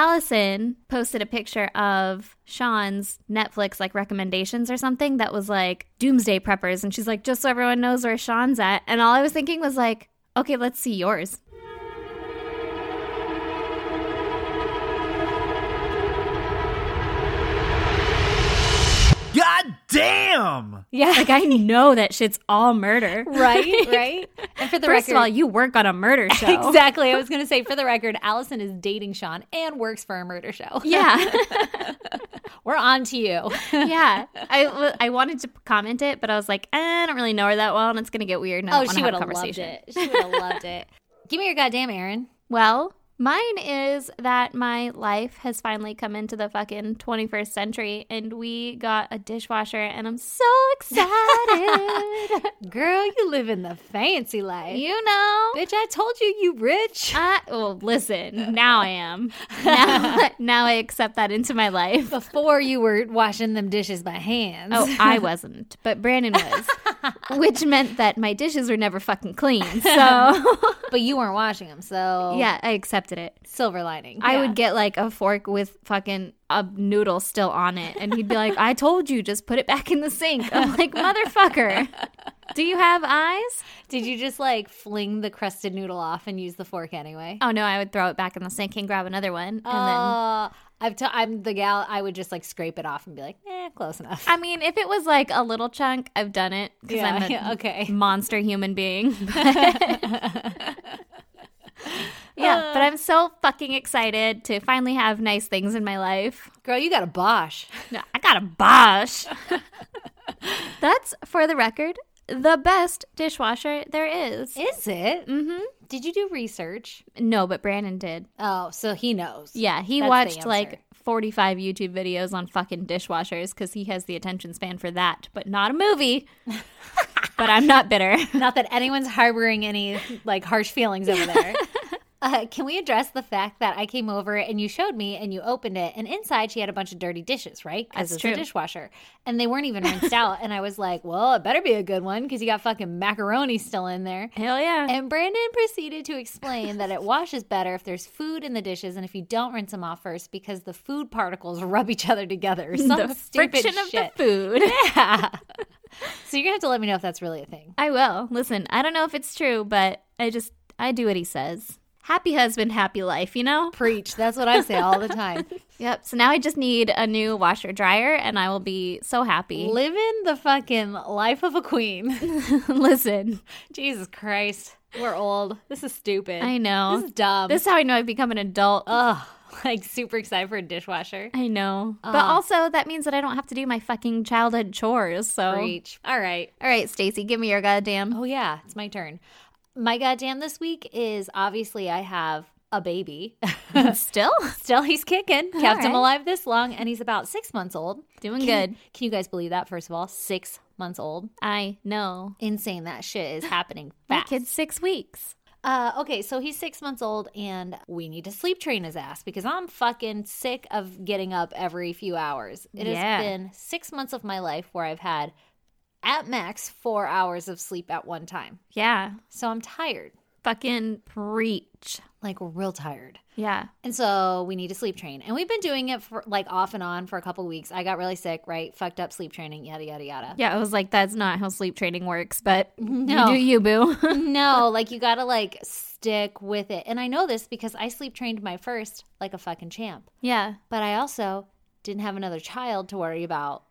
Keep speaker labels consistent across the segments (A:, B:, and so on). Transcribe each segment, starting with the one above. A: Allison posted a picture of Sean's Netflix like recommendations or something that was like doomsday preppers. And she's like, just so everyone knows where Sean's at. And all I was thinking was like, okay, let's see yours.
B: God damn!
A: Yeah. Like, I know that shit's all murder.
C: Right, right. And for the
A: First
C: record,
A: of all, you work on a murder show.
C: exactly. I was going to say, for the record, Allison is dating Sean and works for a murder show.
A: Yeah.
C: We're on to you.
A: yeah. I, w- I wanted to comment it, but I was like, "Eh, I don't really know her that well, and it's going to get weird. And I
C: Oh,
A: don't wanna
C: she
A: have
C: would
A: a
C: have loved
A: conversation.
C: it. She would have loved it. Give me your goddamn Aaron.
A: Well, mine is that my life has finally come into the fucking 21st century and we got a dishwasher and I'm so excited.
C: Girl, you live in the fancy life.
A: you know.
C: Bitch, I told you you rich.
A: I, well, listen, now I am. Now, now I accept that into my life.
C: Before you were washing them dishes by hands.
A: Oh, I wasn't, but Brandon was, which meant that my dishes were never fucking clean. So,
C: but you weren't washing them, so
A: yeah, I accepted it.
C: silver lining.
A: I would get like a fork with fucking a noodle still on it. And he'd be like, I told you, just put it back in the sink. I'm like, motherfucker, do you have eyes?
C: Did you just like fling the crusted noodle off and use the fork anyway?
A: Oh no, I would throw it back in the sink and grab another one. And then,
C: Uh, I've t- I'm the gal. I would just like scrape it off and be like, eh, close enough.
A: I mean, if it was like a little chunk, I've done it because
C: Yeah,
A: I'm a
C: yeah, okay.
A: monster human being. yeah,
C: Uh.
A: but I'm so fucking excited to finally have nice things in my life.
C: Girl, you got a Bosch.
A: No, I got a Bosch. That's, for the record, the best dishwasher there is.
C: Is it? Mm-hmm. Did you do research?
A: No, but Brandon did.
C: Oh, so he knows.
A: Yeah, he
C: That's the
A: watched
C: answer.
A: like 45 YouTube videos on fucking dishwashers because he has the attention span for that, but not a movie. but I'm not bitter.
C: Not that anyone's harboring any like harsh feelings over there. Uh, can we address the fact that I came over and you showed me and you opened it and inside she had a bunch of dirty dishes, right?
A: That's
C: Because it's
A: true.
C: a dishwasher and they weren't even rinsed out. And I was like, well, it better be a good one because you got fucking macaroni still in there.
A: Hell yeah.
C: And Brandon proceeded to explain that it washes better if there's food in the dishes and if you don't rinse them off first because the food particles rub each other together. or Some
A: the
C: stupid
A: friction of the
C: shit.
A: food.
C: So you're gonna have to let me know if that's really a thing.
A: I will. Listen, I don't know if it's true, but I just, I do what he says. Happy husband, happy life, you know?
C: Preach. That's what I say all the time.
A: Yep. So now I just need a new washer dryer and I will be so happy.
C: Living the fucking life of a queen.
A: Listen,
C: Jesus Christ. We're old. This is stupid.
A: I know.
C: This is dumb. Uh,
A: This is how I know I've become an adult.
C: Ugh. Like super excited for a dishwasher.
A: I know.
C: uh.
A: But also, that means that I don't have to do my fucking childhood chores. So,
C: Preach. All right.
A: all right, Stacy, give me your goddamn.
C: Oh yeah, it's my turn. My goddamn this week is obviously I have a baby.
A: Still
C: Still, he's kicking. Kept him
A: right.
C: alive this long, and he's about six months old.
A: doing
C: Can-
A: good.
C: Can you guys believe that? First of all, six months old.
A: I know.
C: Insane. That shit is happening
A: My
C: fast.
A: kid's six weeks.
C: Uh, okay, so he's six months old, and we need to sleep train his ass because I'm fucking sick of getting up every few hours. It
A: Yeah.
C: has been six months of my life where I've had at max four hours of sleep at one time.
A: Yeah.
C: So I'm tired,
A: Fucking preach.
C: like real tired.
A: Yeah.
C: And so we need to sleep train. And we've been doing it for like off and on for a couple weeks. I got really sick, right? Fucked up sleep training, yada, yada, yada.
A: Yeah. I was like, that's not how sleep training works, but
C: No.
A: you do you, boo.
C: no, like you gotta like stick with it. And I know this because I sleep trained my first like a fucking champ.
A: yeah.
C: But I also didn't have another child to worry about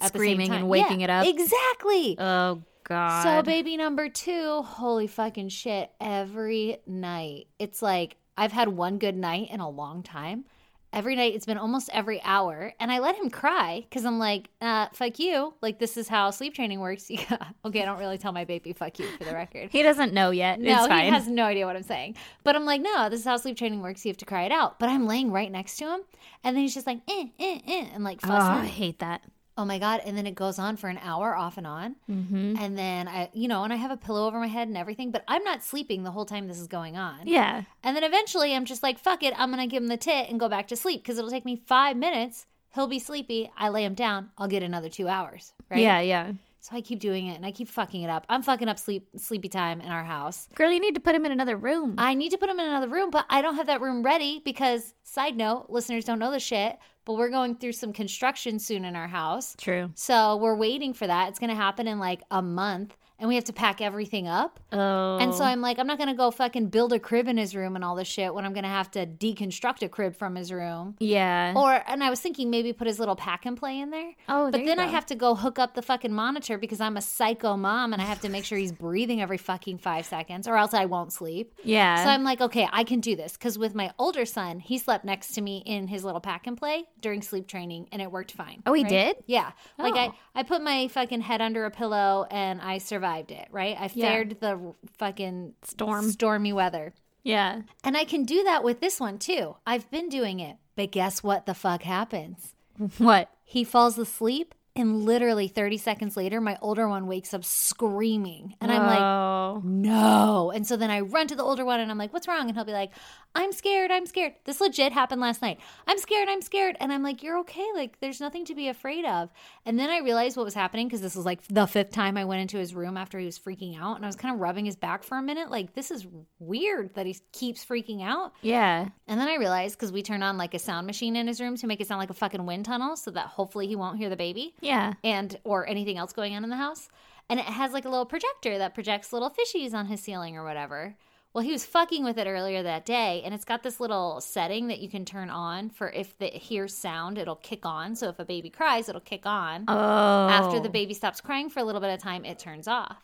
C: at the same
A: Screaming and
C: time.
A: waking
C: Yeah,
A: it up.
C: Exactly.
A: Oh, God.
C: So, baby number two, holy fucking shit, every night. It's like I've had one good night in a long time. Every night, it's been almost every hour. And I let him cry because I'm like, uh, fuck you. Like, this is how sleep training works. Yeah. okay, I don't really tell my baby, fuck you, for the record.
A: He doesn't know yet.
C: No,
A: it's fine.
C: he has no idea what I'm saying. But I'm like, no, this is how sleep training works. You have to cry it out. But I'm laying right next to him. And then he's just like, eh, eh, eh, and like
A: oh,
C: fussing.
A: I hate that.
C: Oh my god! And then it goes on for an hour, off and on, mm-hmm. and then I, you know, and I have a pillow over my head and everything, but I'm not sleeping the whole time this is going on.
A: Yeah.
C: And then eventually, I'm just like, "Fuck it! I'm gonna give him the tit and go back to sleep because it'll take me five minutes. He'll be sleepy. I lay him down. I'll get another two hours. Right?
A: Yeah. Yeah.
C: So I keep doing it and I keep fucking it up. I'm fucking up sleep sleepy time in our house.
A: Girl, you need to put him in another room.
C: I need to put him in another room, but I don't have that room ready because side note, listeners don't know the shit, but we're going through some construction soon in our house.
A: True.
C: So we're waiting for that. It's going to happen in like a month and we have to pack everything up.
A: Oh.
C: And so I'm like, I'm not going to go fucking build a crib in his room and all this shit when I'm going to have to deconstruct a crib from his room.
A: yeah.
C: Or, and I was thinking maybe put his little pack and play in there.
A: oh, there
C: Oh, But
A: you
C: then I
A: go.
C: have to go hook up the fucking monitor because I'm a psycho mom and I have to make sure he's breathing every fucking five seconds or else I won't sleep.
A: Yeah.
C: So I'm like, okay, I can do this. Because with my older son, he slept next to me in his little pack and play during sleep training and it worked fine.
A: Oh, he did?
C: Yeah. Like I,
A: Oh.
C: I put my fucking head under a pillow and I survived it, right? I
A: Yeah.
C: fared the r- fucking
A: Storm.
C: stormy weather.
A: yeah.
C: And I can do that with this one too. I've been doing it. But guess what the fuck happens?
A: What?
C: He falls asleep, and literally 30 seconds later, my older one wakes up screaming. And I'm like,
A: oh.
C: no. And so then I run to the older one and I'm like, what's wrong? And he'll be like, I'm scared. I'm scared. This legit happened last night. I'm scared. I'm scared. And I'm like, you're okay. Like, there's nothing to be afraid of. And then I realized what was happening because this was like the fifth time I went into his room after he was freaking out. And I was kind of rubbing his back for a minute. Like, this is weird that he keeps freaking out.
A: Yeah.
C: And then I realized because we turn on like a sound machine in his room to make it sound like a fucking wind tunnel so that hopefully he won't hear the baby
A: Yeah.
C: and or anything else going on in the house. And it has like a little projector that projects little fishies on his ceiling or whatever. Well, he was fucking with it earlier that day, and it's got this little setting that you can turn on for if it hears sound, it'll kick on. So if a baby cries, it'll kick on.
A: Oh.
C: After the baby stops crying for a little bit of time, it turns off.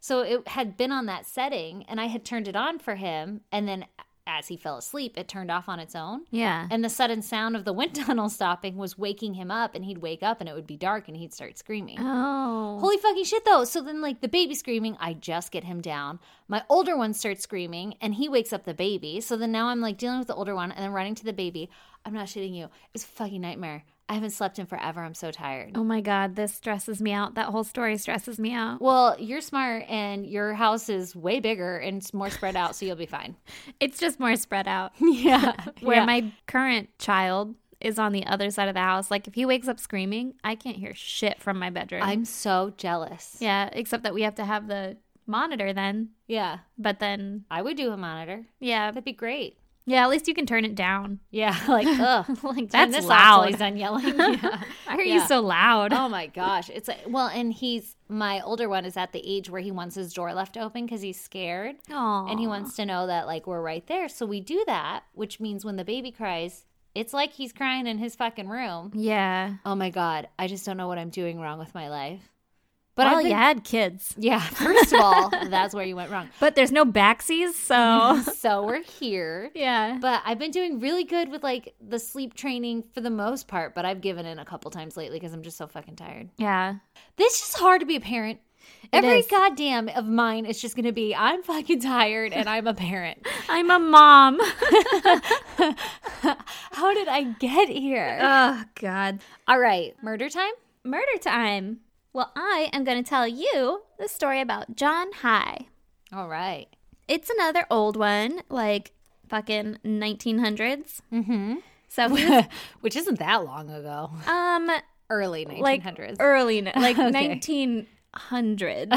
C: So it had been on that setting, and I had turned it on for him. And then as he fell asleep, it turned off on its own.
A: Yeah.
C: And the sudden sound of the wind tunnel stopping was waking him up, and he'd wake up and it would be dark and he'd start screaming.
A: Oh.
C: Holy fucking shit, though. So then, like, the baby screaming, I just get him down. My older one starts screaming, and he wakes up the baby. So then now I'm like dealing with the older one and then running to the baby. I'm not shitting you. It's a fucking nightmare. I haven't slept in forever. I'm so tired.
A: oh my God. This stresses me out. That whole story stresses me out.
C: Well, you're smart and your house is way bigger and it's more spread out, so you'll be fine.
A: It's just more spread out.
C: Yeah.
A: Where my current child is on the other side of the house. Like if he wakes up screaming, I can't hear shit from my bedroom.
C: I'm so jealous.
A: yeah. Except that we have to have the monitor then.
C: Yeah.
A: But then,
C: I would do a monitor.
A: yeah.
C: That'd be great.
A: Yeah. At least you can turn it down.
C: Yeah. Like, ugh.
A: like
C: Turn
A: that's
C: this off till
A: loud.
C: he's done yelling. Yeah.
A: Why are
C: Yeah.
A: you so loud?
C: oh my gosh. It's like, well, and he's my older one is at the age where he wants his door left open because he's scared.
A: Aw.
C: And he wants to know that, like, we're right there. So we do that, which means when the baby cries, it's like he's crying in his fucking room.
A: Yeah.
C: Oh my God. I just don't know what I'm doing wrong with my life. But
A: But
C: I've
A: well,
C: been-
A: you had kids.
C: Yeah, first of all, that's where you went wrong.
A: But there's no backsies,
C: Oh.
A: so
C: So we're here.
A: yeah.
C: But I've been doing really good with like the sleep training for the most part, but I've given in a couple times lately because I'm just so fucking tired.
A: Yeah.
C: This is hard to be a parent. Every
A: is.
C: goddamn of mine is just going to be I'm fucking tired and I'm a parent.
A: I'm a mom.
C: How did I get here?
A: oh god.
C: Uh, All right, murder time?
A: Murder time. Well, I am going to tell you the story about John High.
C: All right.
A: It's another old one, like fucking 1900s.
C: Mm-hmm.
A: So he was,
C: Which isn't that long ago.
A: um
C: Early 1900s.
A: like
C: er
A: early n- like
C: Okay.
A: 1900s.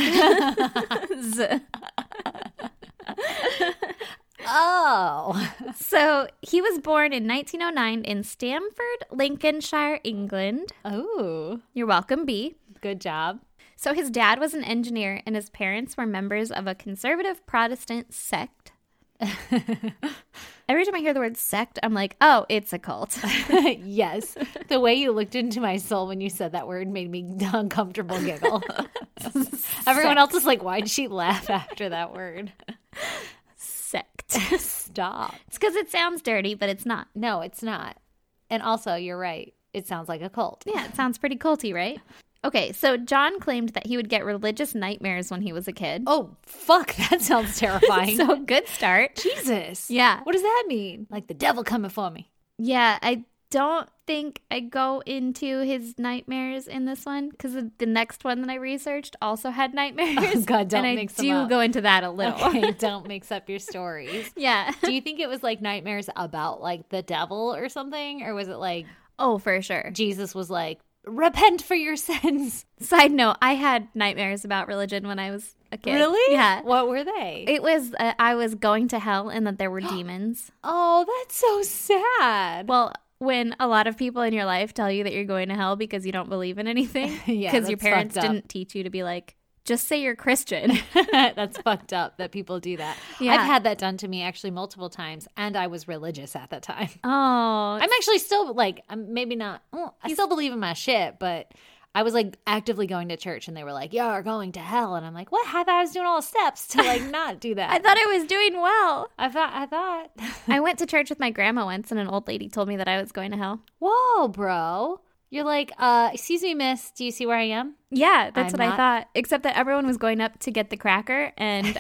C: oh.
A: So he was born in 1909 in Stamford, Lincolnshire, England.
C: Oh.
A: You're welcome, B.
C: Good job.
A: So his dad was an engineer, and his parents were members of a conservative Protestant sect. Every time I hear the word sect, I'm like, oh, it's a cult.
C: yes. The way you looked into my soul when you said that word made me uncomfortable giggle. Everyone else is like, why'd she laugh after that word?
A: sect.
C: Stop.
A: It's because it sounds dirty, but it's not.
C: No, it's not. And also, you're right. It sounds like a cult.
A: Yeah, it sounds pretty culty, right? Okay, so John claimed that he would get religious nightmares when he was a kid.
C: Oh, fuck. That sounds terrifying.
A: So good start.
C: Jesus.
A: Yeah.
C: What does that mean? Like the devil coming for me.
A: Yeah, I don't think I go into his nightmares in this one because the next one that I researched also had nightmares.
C: Oh, God, don't
A: and I
C: mix them
A: do
C: up.
A: go into that a little.
C: Okay, don't mix up your stories.
A: Yeah.
C: Do you think it was like nightmares about like the devil or something? Or was it like
A: Oh, for sure.
C: Jesus was like, repent for your sins.
A: Side note, I had nightmares about religion when I was a kid. Yeah.
C: What were they?
A: It was, uh, I was going to hell and that there were demons.
C: oh, that's so sad.
A: Well, when a lot of people in your life tell you that you're going to hell because you don't believe in anything,
C: Yeah,
A: because your
C: that's
A: parents
C: fucked up.
A: didn't teach you to be like, just say you're Christian.
C: That's fucked up that people do that.
A: Yeah.
C: I've had that done to me actually multiple times, and I was religious at that time.
A: oh,
C: I'm actually still like, I'm maybe not, well, I still believe in my shit, but I was like actively going to church, and they were like, You're going to hell. And I'm like, What? I thought I was doing all the steps to like not do that.
A: I thought I was doing well.
C: I thought, I thought,
A: I went to church with my grandma once, and an old lady told me that I was going to hell.
C: Whoa, bro. You're like, uh, Excuse me, miss, do you see where I am?
A: Yeah, that's
C: I'm
A: what I
C: not-
A: thought. Except that everyone was going up to get the cracker, and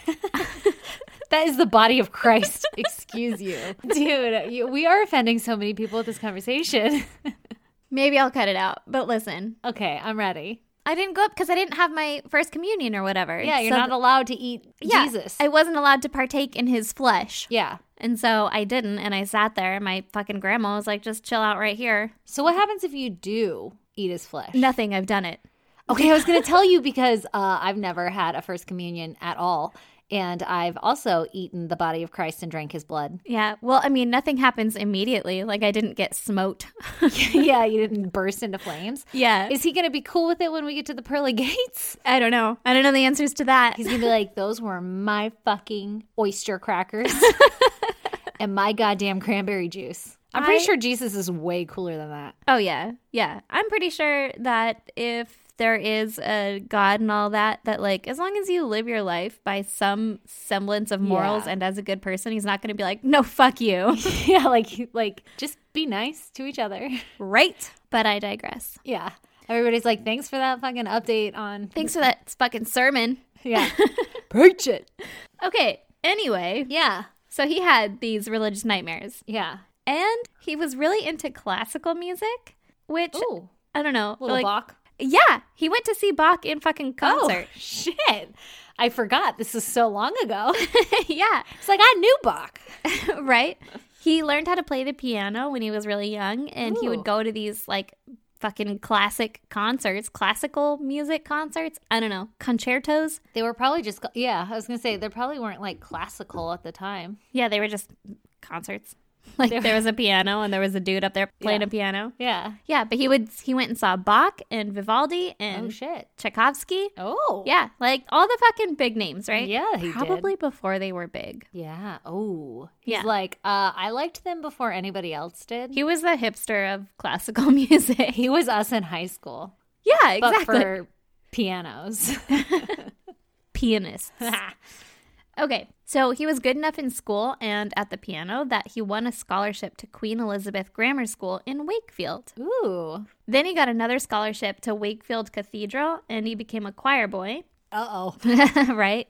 C: That is the body of Christ. Excuse you. Dude, you, we are offending so many people with this conversation.
A: maybe I'll cut it out. But listen,
C: okay, I'm ready.
A: I didn't go up because I didn't have my first communion or whatever.
C: Yeah, you're
A: So
C: not allowed to eat
A: yeah,
C: Jesus.
A: I wasn't allowed to partake in his flesh.
C: yeah.
A: And so I didn't. And I sat there, and my fucking grandma was like, just chill out right here.
C: So what happens if you do eat his flesh?
A: Nothing, I've done it.
C: Okay, I was going to tell you because uh, I've never had a first communion at all. And I've also eaten the body of Christ and drank his blood.
A: Yeah. Well, I mean, nothing happens immediately. Like, I didn't get smote.
C: yeah, you didn't burst into flames.
A: yeah.
C: Is he going to be cool with it when we get to the pearly gates?
A: I don't know. I don't know the answers to that.
C: He's going to be like, those were my fucking oyster crackers and my goddamn cranberry juice. I'm pretty
A: I-
C: sure Jesus is way cooler than that.
A: Oh yeah, yeah. I'm pretty sure that if there is a God and all that, that like as long as you live your life by some semblance of morals
C: Yeah.
A: and as a good person, he's not going to be like, no, fuck you,
C: yeah, like like just be nice to each other.
A: right? But I digress.
C: Yeah. Everybody's like, thanks for that fucking update on.
A: Thanks for that fucking sermon.
C: Yeah. Preach it.
A: Okay. Anyway,
C: Yeah.
A: so he had these religious nightmares,
C: Yeah.
A: and he was really into classical music, which
C: Ooh.
A: I don't know,
C: Little
A: like,
C: Bach.
A: yeah, he went to see Bach in fucking concert.
C: Oh, shit. I forgot. This is so long ago.
A: yeah.
C: It's like, I knew Bach.
A: right? He learned how to play the piano when he was really young, and he
C: Ooh.
A: would go to these like fucking classic concerts, classical music concerts. I don't know, concertos.
C: They were probably just, yeah, I was going to say, they probably weren't like classical at the time.
A: Yeah, they were just concerts. Like there was a piano and there was a dude up there playing
C: Yeah.
A: a piano.
C: Yeah.
A: Yeah, but he would he went and saw Bach and Vivaldi
C: Oh,
A: and
C: shit.
A: Tchaikovsky.
C: Oh.
A: Yeah, like all the fucking big names, right?
C: Yeah, he did.
A: probably before they were big.
C: Yeah. Oh. He's
A: Yeah.
C: like, uh, I liked them before anybody else did. He,
A: He was the hipster of classical music.
C: was us in high school,
A: yeah,
C: but
A: exactly.
C: for pianos.
A: Pianists. Okay, so he was good enough in school and at the piano that he won a scholarship to Queen Elizabeth Grammar School in Wakefield.
C: Ooh.
A: Then he got another scholarship to Wakefield Cathedral and he became a choir boy,
C: Uh oh.
A: right?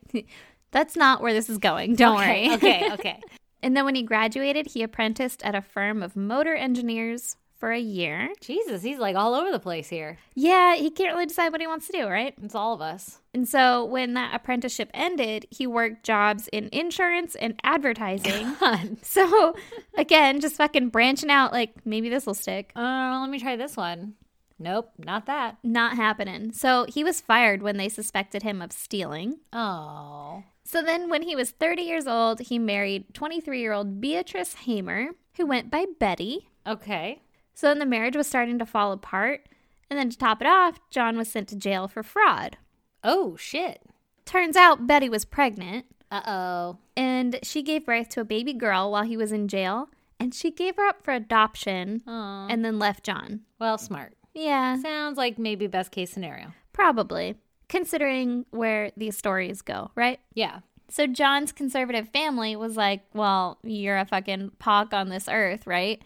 A: That's not where this is going, don't
C: okay,
A: worry.
C: okay, okay.
A: and then when he graduated, he apprenticed at a firm of motor engineers for a year.
C: Jesus, he's like all over the place here.
A: Yeah, he can't really decide what he wants to do, right?
C: It's all of us.
A: And so when that apprenticeship ended, he worked jobs in insurance and advertising.
C: Fun.
A: So again, just fucking branching out like maybe this will stick.
C: Uh, let me try this one. Nope, not that.
A: Not happening. So he was fired when they suspected him of stealing.
C: Oh.
A: So then when he was 30 years old, he married 23-year-old Beatrice Hamer, who went by Betty.
C: Okay.
A: So then the marriage was starting to fall apart, and then to top it off, John was sent to jail for fraud.
C: Oh, shit.
A: Turns out Betty was pregnant,
C: Uh oh.
A: and she gave birth to a baby girl while he was in jail, and she gave her up for adoption and then left John.
C: Uh, Well, smart.
A: Yeah.
C: Sounds like maybe best case scenario.
A: Probably, considering where these stories go, right?
C: Yeah.
A: So John's conservative family was like, well, you're a fucking pock on this earth, right?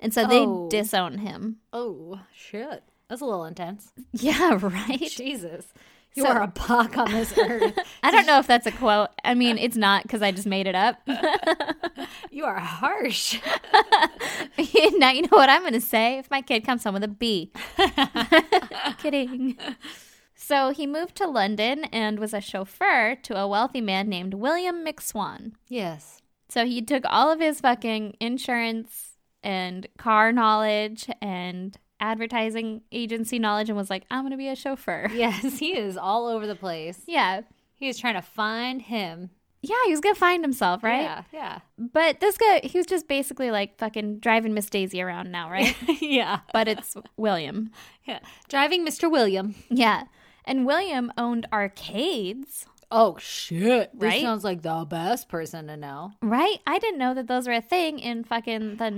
A: And so
C: Oh.
A: they disown him.
C: Oh, shit. That's a little intense.
A: Yeah, right?
C: Jesus. You
A: So-
C: are a buck on this earth.
A: I don't know if that's a quote. I mean, it's not because I just made it up.
C: you are harsh.
A: now you know what I'm going to say if my kid comes home with a B. Kidding. So he moved to London and was a chauffeur to a wealthy man named William McSwan.
C: Yes.
A: So he took all of his fucking insurance and car knowledge and advertising agency knowledge and was like, I'm going to be a chauffeur.
C: Yes, he is all over the place.
A: Yeah.
C: He is trying to find him.
A: Yeah, he was going to find himself, right?
C: Yeah, yeah.
A: But this guy, he was just basically like fucking driving Miss Daisy around now, right?
C: yeah.
A: but it's William.
C: Yeah. Driving Mr. William.
A: Yeah. And William owned arcades,
C: Oh shit. This
A: Right?
C: sounds like the best person to know.
A: right? I didn't know that those were a thing in fucking the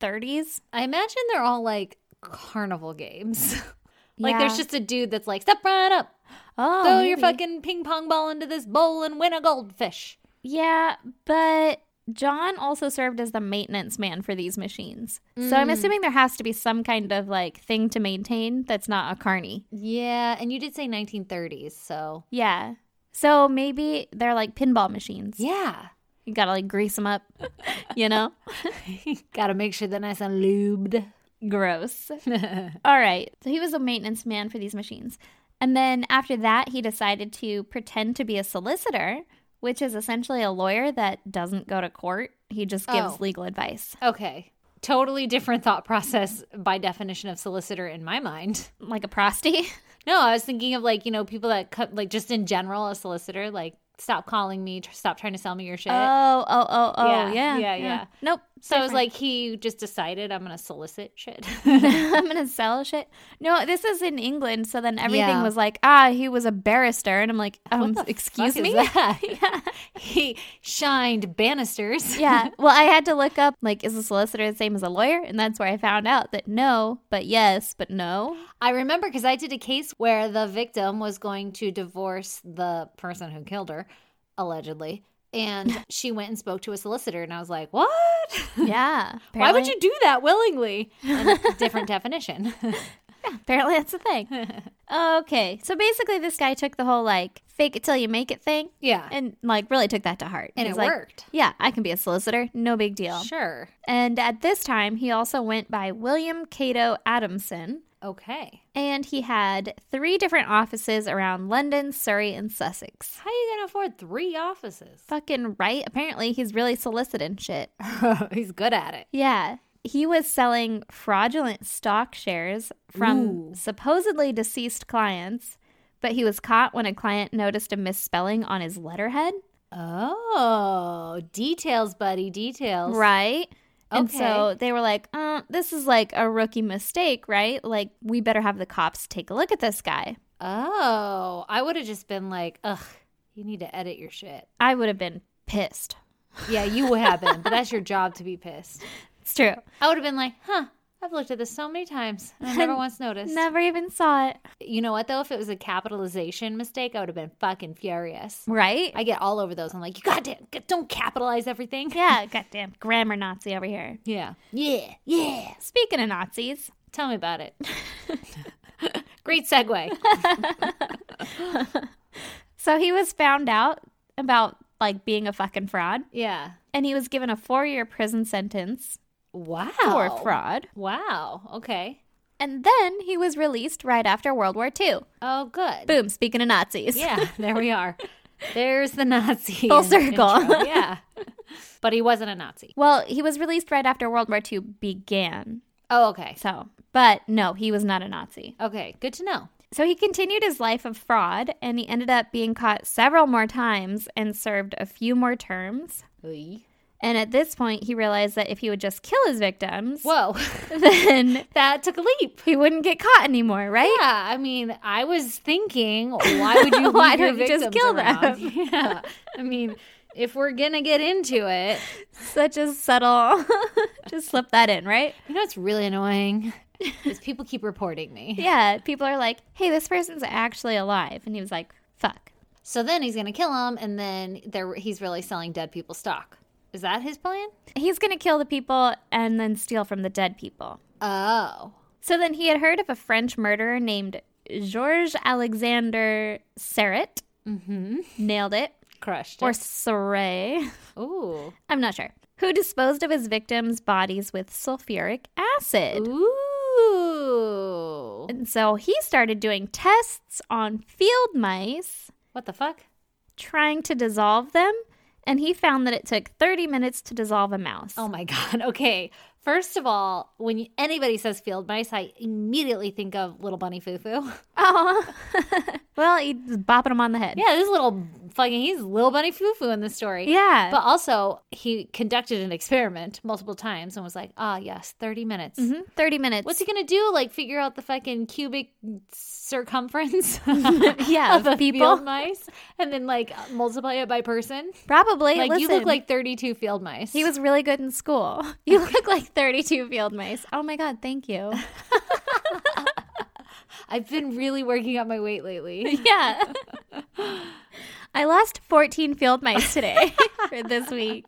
A: 1930s.
C: I imagine they're all like carnival games. like
A: Yeah.
C: there's just a dude that's like, step right up,
A: Oh,
C: throw your
A: maybe.
C: fucking ping pong ball into this bowl and win a goldfish.
A: Yeah, but John also served as the maintenance man for these machines. So I'm
C: Mm.
A: assuming there has to be some kind of like thing to maintain that's not a carny.
C: Yeah, and you did say 1930s, so
A: Yeah. So maybe they're like pinball machines.
C: yeah,
A: You gotta like grease them up, you know?
C: gotta make sure they're nice and lubed.
A: Gross. All right. So he was a maintenance man for these machines. And then after that, he decided to pretend to be a solicitor, which is essentially a lawyer that doesn't go to court. He just gives
C: Oh.
A: legal advice,
C: okay, totally different thought process by definition of solicitor in my mind.
A: like a prosty.
C: No, I was thinking of like you know people that cut like just in general a solicitor like stop calling me, tr- stop trying to sell me your shit.
A: Oh, oh, oh, oh, yeah,
C: Yeah,
A: yeah,
C: yeah, yeah.
A: Nope.
C: so it was
A: different.
C: like he just decided I'm gonna solicit shit.
A: I'm gonna sell shit. No, this is in England, so then everything
C: Yeah.
A: was like, ah, he was a barrister, and I'm like, um,
C: What the
A: excuse
C: fuck is
A: me.
C: that? He shined banisters.
A: yeah. Well, I had to look up like, is a solicitor the same as a lawyer? And that's where I found out that no, but yes, but no.
C: I remember because I did a case where the victim was going to divorce the person who killed her, allegedly. And she went and spoke to a solicitor, and I was like, what?
A: Yeah.
C: Why would
A: Apparently-
C: you do that willingly? And different definition.
A: Apparently, that's a thing. okay, so basically, this guy took the whole like fake it till you make it thing,
C: yeah. And,
A: and like really took that to heart.
C: it
A: He's like,
C: worked.
A: Yeah, I can be a solicitor. No big deal.
C: Sure.
A: And at this time, he also went by William Cato Adamson,
C: Okay.
A: and he had three different offices around London, Surrey, and Sussex.
C: How are you going to afford three offices?
A: Fucking right. Apparently, he's really soliciting shit.
C: He's good at it.
A: Yeah. He was selling fraudulent stock shares from
C: Ooh.
A: supposedly deceased clients, but he was caught when a client noticed a misspelling on his letterhead.
C: Oh, details, buddy, details.
A: Right. And
C: Okay.
A: so they were like, uh, this is like a rookie mistake, right? Like, we better have the cops take a look at this guy.
C: Oh, I would have just been like, ugh, you need to edit your shit.
A: I would have been pissed.
C: Yeah, you would have been, but that's your job to be pissed.
A: It's true.
C: I would have been like, huh, I've looked at this so many times and I never once noticed.
A: Never even saw it.
C: You know what, though? If it was a capitalization mistake, I would have been fucking furious.
A: Right?
C: I get all over those. I'm like, you goddamn, g- don't capitalize everything.
A: yeah, goddamn grammar Nazi over here.
C: Yeah. Yeah. Yeah.
A: Speaking of Nazis,
C: Tell me about it. Great segue.
A: so he was found out about like being a fucking fraud,
C: Yeah.
A: and he was given a four year prison sentence
C: Wow.
A: for fraud.
C: Wow. Okay.
A: And then he was released right after World War II.
C: Oh, good.
A: Boom, speaking of Nazis.
C: Yeah, there we are. There's the Nazi.
A: Full
C: in the
A: circle.
C: intro. Yeah. But he wasn't a Nazi.
A: Well, he was released right after World War II began.
C: Oh, okay.
A: So, but no, he was not a Nazi.
C: Okay, good to know.
A: So he continued his life of fraud and he ended up being caught several more times and served a few more terms. And at this point, he realized that if he would just kill his victims,
C: Whoa,
A: then
C: that took a leap.
A: he wouldn't get caught anymore, right?
C: Yeah, I mean, I was thinking, why would you
A: Why
C: leave your
A: don't you just
C: victims
A: kill them?
C: around? Yeah, I mean, if we're gonna get into it,
A: Such a subtle, just slip that in, right?
C: you know, it's really annoying is people keep reporting me.
A: Yeah, people are like, hey, this person's actually alive. And he was like, fuck.
C: So then he's gonna kill him, and then there he's really selling dead people stock. Is that his plan?
A: He's going to kill the people and then steal from the dead people.
C: Oh,
A: So then he had heard of a French murderer named Georges Alexander Serret. Mm-hmm. Nailed it.
C: crushed.
A: Or Saray.
C: Ooh.
A: I'm not sure. Who disposed of his victims' bodies with sulfuric acid.
C: Ooh.
A: And so he started doing tests on field mice,
C: What the fuck?
A: trying to dissolve them. And he found that it took 30 minutes to dissolve a mouse.
C: Oh my Oh god. Okay. First of all, when you, anybody says field mice, I immediately think of little bunny Foo Foo.
A: Oh, well, he's bopping him on the head.
C: Yeah, this little fucking, he's little bunny Foo Foo in this story.
A: Yeah.
C: But also, he conducted an experiment multiple times and was like, ah, yes, 30 minutes.
A: Mhm. 30 minutes.
C: Mm-hmm. What's he gonna do? Like, figure out the fucking cubic circumference
A: Yeah, of
C: of the
A: people.
C: field mice and then like multiply it by person?
A: Probably.
C: like, you look
A: listen,
C: like 32 field mice.
A: he was really good in school. You look like 32 field mice. Oh my God. Thank you.
C: I've been really working up my weight lately.
A: Yeah. I lost 14 field mice today for this week.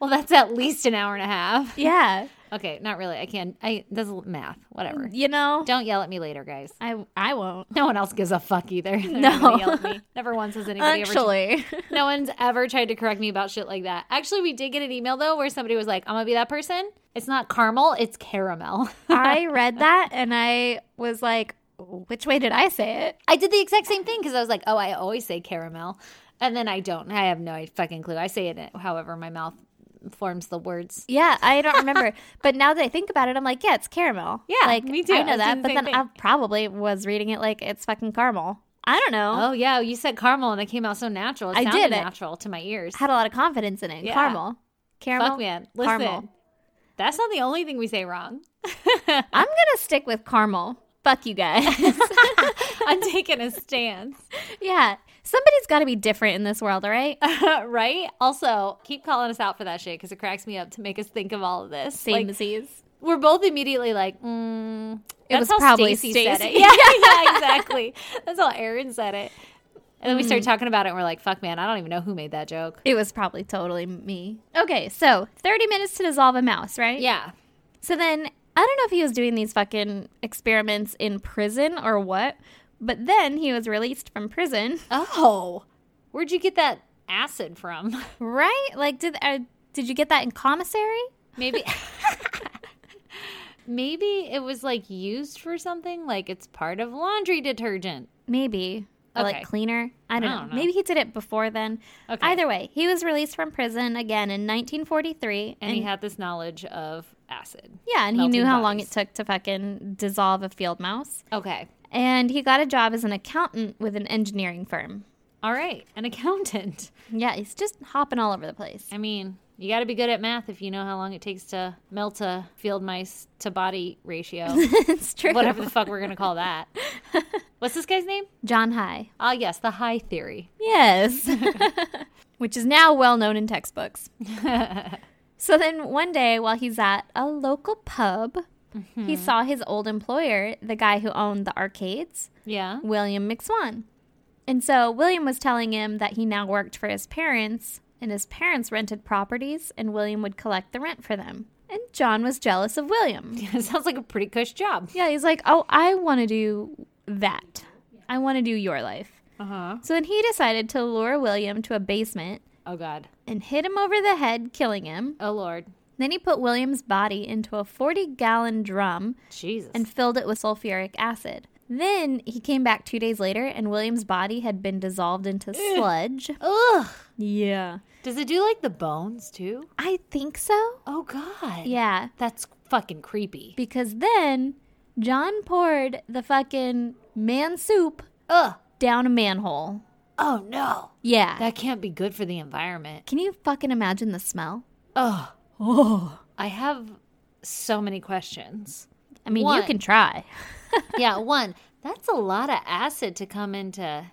C: well, that's at least an hour and a half.
A: Yeah.
C: Okay, not really. I can't. I that's math. Whatever.
A: You know,
C: Don't yell at me later, guys.
A: I, I won't.
C: No one else gives a fuck either. They're
A: No.
C: not gonna yell at me. Never once has anybody ever.
A: Actually,
C: No one's ever tried to correct me about shit like that. Actually, we did get an email though where somebody was like, "I'm gonna be that person." It's not caramel, it's caramel.
A: I read that and I was like, which way did I say it?
C: I did the exact same thing because I was like, "Oh, I always say caramel," and then I don't. I have no fucking clue. I say it however my mouth forms the words.
A: Yeah, I don't remember. but now that I think about it, I'm like, yeah, it's caramel.
C: Yeah,
A: like
C: me too.
A: I
C: I
A: know
C: was doing
A: that,
C: the
A: but
C: same
A: then I
C: thing.
A: probably was reading it like it's fucking caramel. I don't know.
C: Oh yeah, you said caramel, and that came out so natural. It
A: I
C: sounded
A: did. I-
C: natural to my ears.
A: Had a lot of confidence in it.
C: Yeah.
A: Caramel, caramel.
C: Fuck man, listen.
A: Caramel.
C: That's not the only thing we say wrong.
A: I'm gonna stick with caramel. Fuck you guys.
C: I'm taking a stance.
A: yeah, somebody's got to be different in this world, all right?
C: right? Also, keep calling us out for that shit because it cracks me up to make us think of all of this.
A: Same
C: Like,
A: disease.
C: we're both immediately like, mm,
A: It
C: that's
A: was
C: how
A: probably
C: Stacey said
A: Stacey.
C: it. Yeah, yeah, exactly. That's how Aaron said it. And then we
A: Mm.
C: started talking about it, and we're like, "Fuck, man, I don't even know who made that joke."
A: It was probably totally me. Okay, so 30 minutes to dissolve a mouse, right?
C: Yeah,
A: So then, I don't know if he was doing these fucking experiments in prison or what, but then he was released from prison,
C: Oh, where'd you get that acid from?
A: right? Like, did uh, did you get that in commissary?
C: Maybe. Maybe it was like used for something, like it's part of laundry detergent.
A: Maybe. Or
C: Okay.
A: like cleaner. I don't,
C: I
A: know.
C: don't know.
A: Maybe he did it before then.
C: Okay.
A: Either way, he was released from prison again in 1943.
C: And he had this knowledge of acid.
A: Yeah, and he
C: melting
A: knew how long
C: bodies.
A: it took to fucking dissolve a field mouse.
C: Okay.
A: And he got a job as an accountant with an engineering firm.
C: All right. An accountant.
A: Yeah, he's just hopping all over the place.
C: I mean, you got to be good at math if you know how long it takes to melt a field mice to body ratio,
A: it's true.
C: whatever the fuck we're going to call that. What's this guy's name?
A: John High.
C: Ah, yes, the high theory.
A: Yes. Which is now well known in textbooks. so then one day while he's at a local pub, he saw his old employer, the guy who owned the arcades,
C: Yeah.
A: William McSwan. And so William was telling him that he now worked for his parents, and his parents rented properties, and William would collect the rent for them. And John was jealous of William.
C: Sounds like a pretty cush job.
A: Yeah, he's like, oh, I want to do that. I want to do your life.
C: Uh huh.
A: So then he decided to lure William to a basement
C: Oh, God.
A: and hit him over the head, killing him.
C: Oh, Lord.
A: Then he put William's body into a 40 gallon drum
C: Jesus.
A: and filled it with sulfuric acid. Then he came back two days later and William's body had been dissolved into sludge.
C: Ugh.
A: Yeah.
C: Does it do like the bones too?
A: I think so.
C: Oh god.
A: Yeah.
C: That's fucking creepy.
A: Because then John poured the fucking man soup
C: Ugh.
A: down a manhole.
C: Oh no.
A: Yeah.
C: That can't be good for the environment.
A: Can you fucking imagine the smell?
C: Ugh.
A: Oh.
C: I have so many questions.
A: I mean,
C: One.
A: you can try.
C: yeah, one. That's a lot of acid to come into.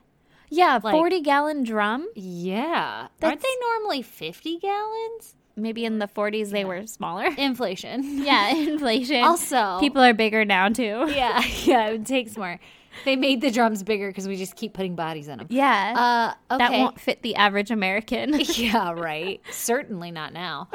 A: Yeah,
C: Like-
A: 40 gallon drum.
C: Yeah. Aren't
A: That's-
C: they normally 50 gallons?
A: Maybe in the 40s they were smaller.
C: Inflation.
A: Yeah, inflation.
C: Also-
A: people are bigger now too.
C: yeah, yeah, it takes more. They made the drums bigger cuz we just keep putting bodies in them.
A: Yeah.
C: Uh okay.
A: That won't fit the average American.
C: yeah, right. Certainly not now.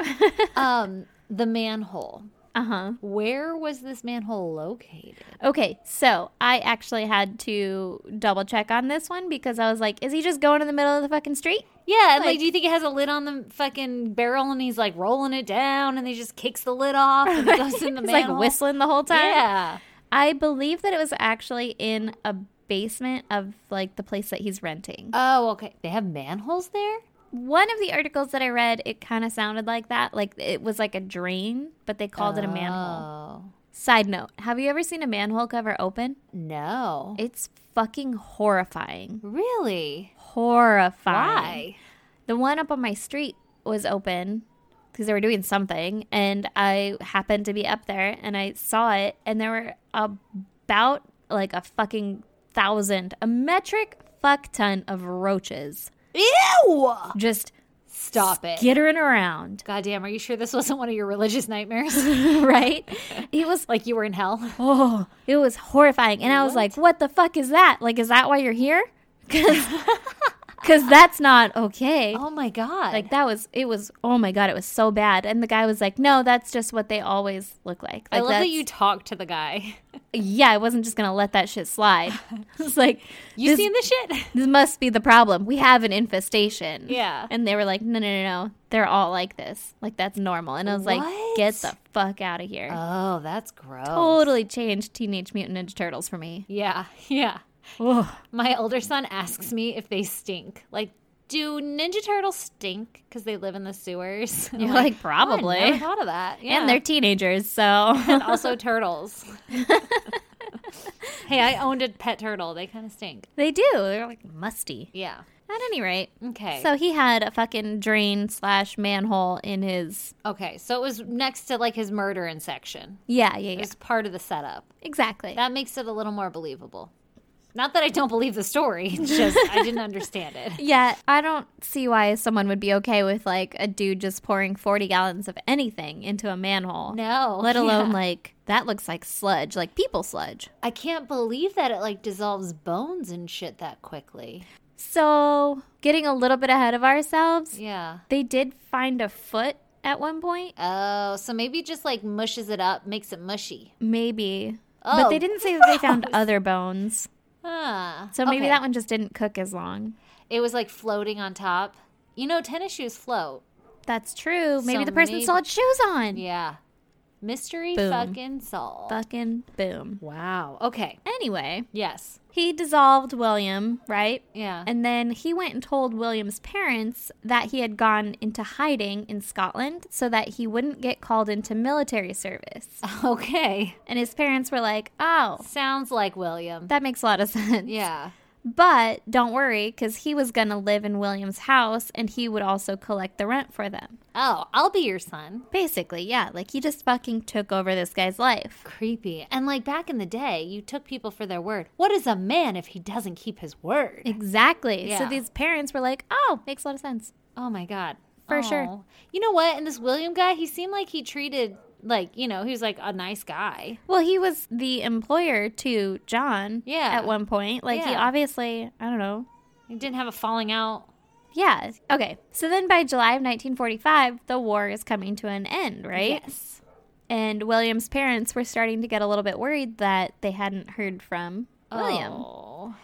C: Um, the manhole.
A: Uh huh.
C: Where was this manhole located?
A: Okay, so I actually had to double check on this one because I was like, is he just going in the middle of the fucking street?
C: Yeah, like, do you think it has a lid on the fucking barrel and he's like rolling it down and he just kicks the lid off and it goes in the
A: He's like
C: manhole?
A: whistling the whole time.
C: Yeah.
A: I believe that it was actually in a basement of like the place that he's renting.
C: Oh, okay. They have manholes there?
A: one of the articles that I read, it kind of sounded like that. Like it was like a drain, but they called it a manhole.
C: Oh,
A: Side note Have you ever seen a manhole cover open?
C: no.
A: It's fucking horrifying.
C: really?
A: Horrifying.
C: Why?
A: The one up on my street was open because they were doing something, and I happened to be up there and I saw it, and there were about like a fucking thousand, a metric fuck ton of roaches
C: Ew!
A: just
C: Stop it.
A: skittering around,
C: Goddamn, are you sure this wasn't one of your religious nightmares?
A: right? It was
C: like you were in hell?
A: oh, it was horrifying, and I was like, what the fuck is that? Like, is that why you're here? Because that's not okay.
C: Oh my god.
A: Like that was it was oh my god, it was so bad. And the guy was like, No, that's just what they always look like.
C: I
A: Like,
C: love that
A: that's-
C: you talked to the guy.
A: Yeah, I wasn't just gonna let that shit slide. it's like
C: You
A: this,
C: seen the shit?
A: this must be the problem. We have an infestation.
C: Yeah.
A: And they were like, No, no, no, no. They're all like this. Like that's normal. And I was like,
C: What?
A: Get the fuck out of here.
C: Oh, that's gross.
A: totally changed Teenage Mutant Ninja Turtles for me.
C: Yeah, yeah.
A: Ugh.
C: My older son asks me if they stink. Like, do Ninja Turtles stink because they live in the sewers? I'm
A: You're like,
C: I
A: probably.
C: never thought of that. Yeah.
A: And they're teenagers, so
C: and also turtles. hey, I owned a pet turtle. They kind of stink.
A: they do. They're like musty.
C: Yeah.
A: At any rate.
C: Okay.
A: So he had a fucking drain slash manhole in his.
C: okay. So it was next to like his murder in section.
A: Yeah, yeah, yeah.
C: It's part of the setup.
A: Exactly.
C: That makes it a little more believable. Not that I don't believe the story, it's just I didn't understand it.
A: yeah, I don't see why someone would be okay with like a dude just pouring 40 gallons of anything into a manhole.
C: No.
A: Let alone
C: Yeah.
A: like that looks like sludge, like people sludge.
C: I can't believe that it like dissolves bones and shit that quickly.
A: So, getting a little bit ahead of ourselves,
C: Yeah.
A: they did find a foot at one point.
C: Oh, so maybe just like mushes it up, makes it mushy.
A: Maybe. but
C: Oh,
A: they didn't say that they found other bones.
C: Huh.
A: So maybe
C: Okay.
A: that one just didn't cook as long.
C: It was like floating on top. You know, tennis shoes float.
A: That's true. Maybe
C: So
A: the person
C: maybe-
A: still had shoes on.
C: Yeah. Mystery
A: Boom.
C: fucking solved.
A: Fucking boom.
C: Wow. Okay.
A: Anyway,
C: Yes.
A: he dissolved William, right?
C: Yeah.
A: And then he went and told William's parents that he had gone into hiding in Scotland so that he wouldn't get called into military service.
C: okay.
A: And his parents were like, oh,
C: Sounds like William.
A: that makes a lot of sense.
C: yeah.
A: But don't worry, because he was going to live in William's house and he would also collect the rent for them.
C: Oh, I'll be your son.
A: Basically, yeah. Like he just fucking took over this guy's life.
C: Creepy. And like back in the day, you took people for their word. What is a man if he doesn't keep his word?
A: Exactly. So
C: Yeah.
A: these parents were like, oh, makes a lot of sense.
C: Oh my god.
A: For sure.
C: Aw. You know what? And this William guy, he seemed like he treated like, you know, he was like a nice guy.
A: Well, he was the employer to John
C: Yeah.
A: at one point. Like, he
C: Yeah.
A: obviously, I don't know.
C: He didn't have a falling out.
A: Yeah. Okay. So then by July of 1945, the war is coming to an end, right?
C: Yes.
A: And William's parents were starting to get a little bit worried that they hadn't heard from William.
C: Oh.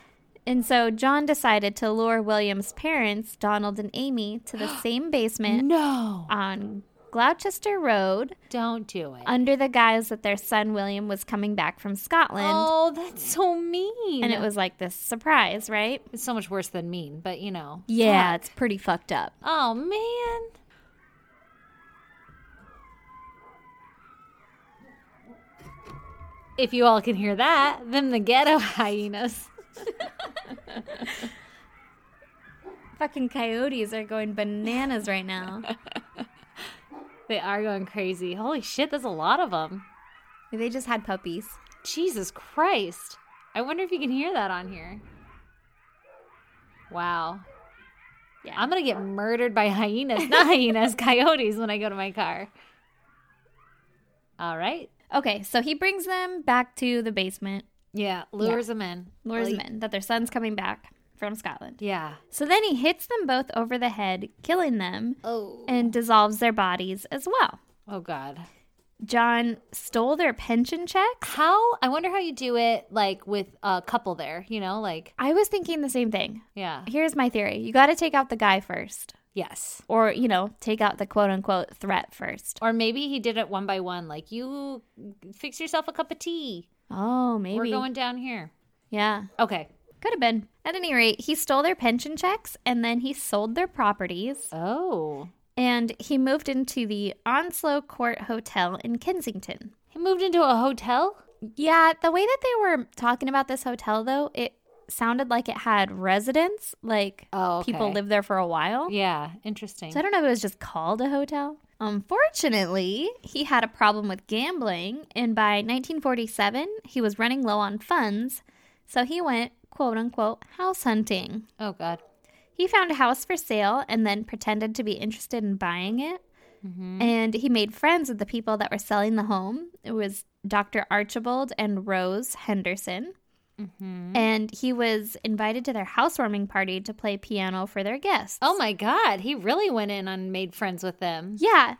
A: And so John decided to lure William's parents, Donald and Amy, to the same basement
C: No.
A: on Gloucester Road
C: Don't do it.
A: under the guise that their son William was coming back from Scotland.
C: Oh, that's so mean.
A: And it was like this surprise, right?
C: It's so much worse than mean, but you know.
A: Yeah,
C: Fuck.
A: it's pretty fucked up.
C: Oh man. If you all can hear that, them the ghetto hyenas.
A: Fucking coyotes are going bananas right now.
C: They are going crazy. Holy shit, that's a lot of them.
A: they just had puppies.
C: Jesus Christ. I wonder if you can hear that on here. Wow.
A: Yeah.
C: I'm going to get murdered by hyenas, not hyenas, coyotes when I go to my car. All right.
A: Okay, so he brings them back to the basement,
C: Yeah, lures them in.
A: lures
C: Like-
A: them in that their son's coming back from Scotland.
C: Yeah.
A: So then he hits them both over the head, killing them,
C: Oh.
A: and dissolves their bodies as well.
C: Oh God.
A: John stole their pension checks.
C: How I wonder how you do it like with a couple there, you know, like
A: I was thinking the same thing.
C: yeah.
A: Here's my theory you got to take out the guy first,
C: Yes.
A: or, you know, take out the quote unquote threat first.
C: Or maybe he did it one by one, like you fix yourself a cup of tea.
A: Oh, maybe.
C: We're going down here.
A: yeah.
C: Okay.
A: Could have been. At any rate, he stole their pension checks and then he sold their properties
C: Oh.
A: and he moved into the Onslow Court Hotel in Kensington.
C: He moved into a hotel?
A: Yeah, the way that they were talking about this hotel, though, it sounded like it had residents, like
C: Oh,
A: people
C: okay.
A: lived there for a while.
C: Yeah, interesting.
A: So I don't know if it was just called a hotel. Unfortunately, Um, he had a problem with gambling, and by 1947, he was running low on funds, so he went quote unquote house hunting.
C: Oh, God.
A: He found a house for sale and then pretended to be interested in buying it. And he made friends with the people that were selling the home. It was Dr. Archibald and Rose Henderson. And he was invited to their housewarming party to play piano for their guests.
C: Oh, my God. He really went in and made friends with them.
A: Yeah,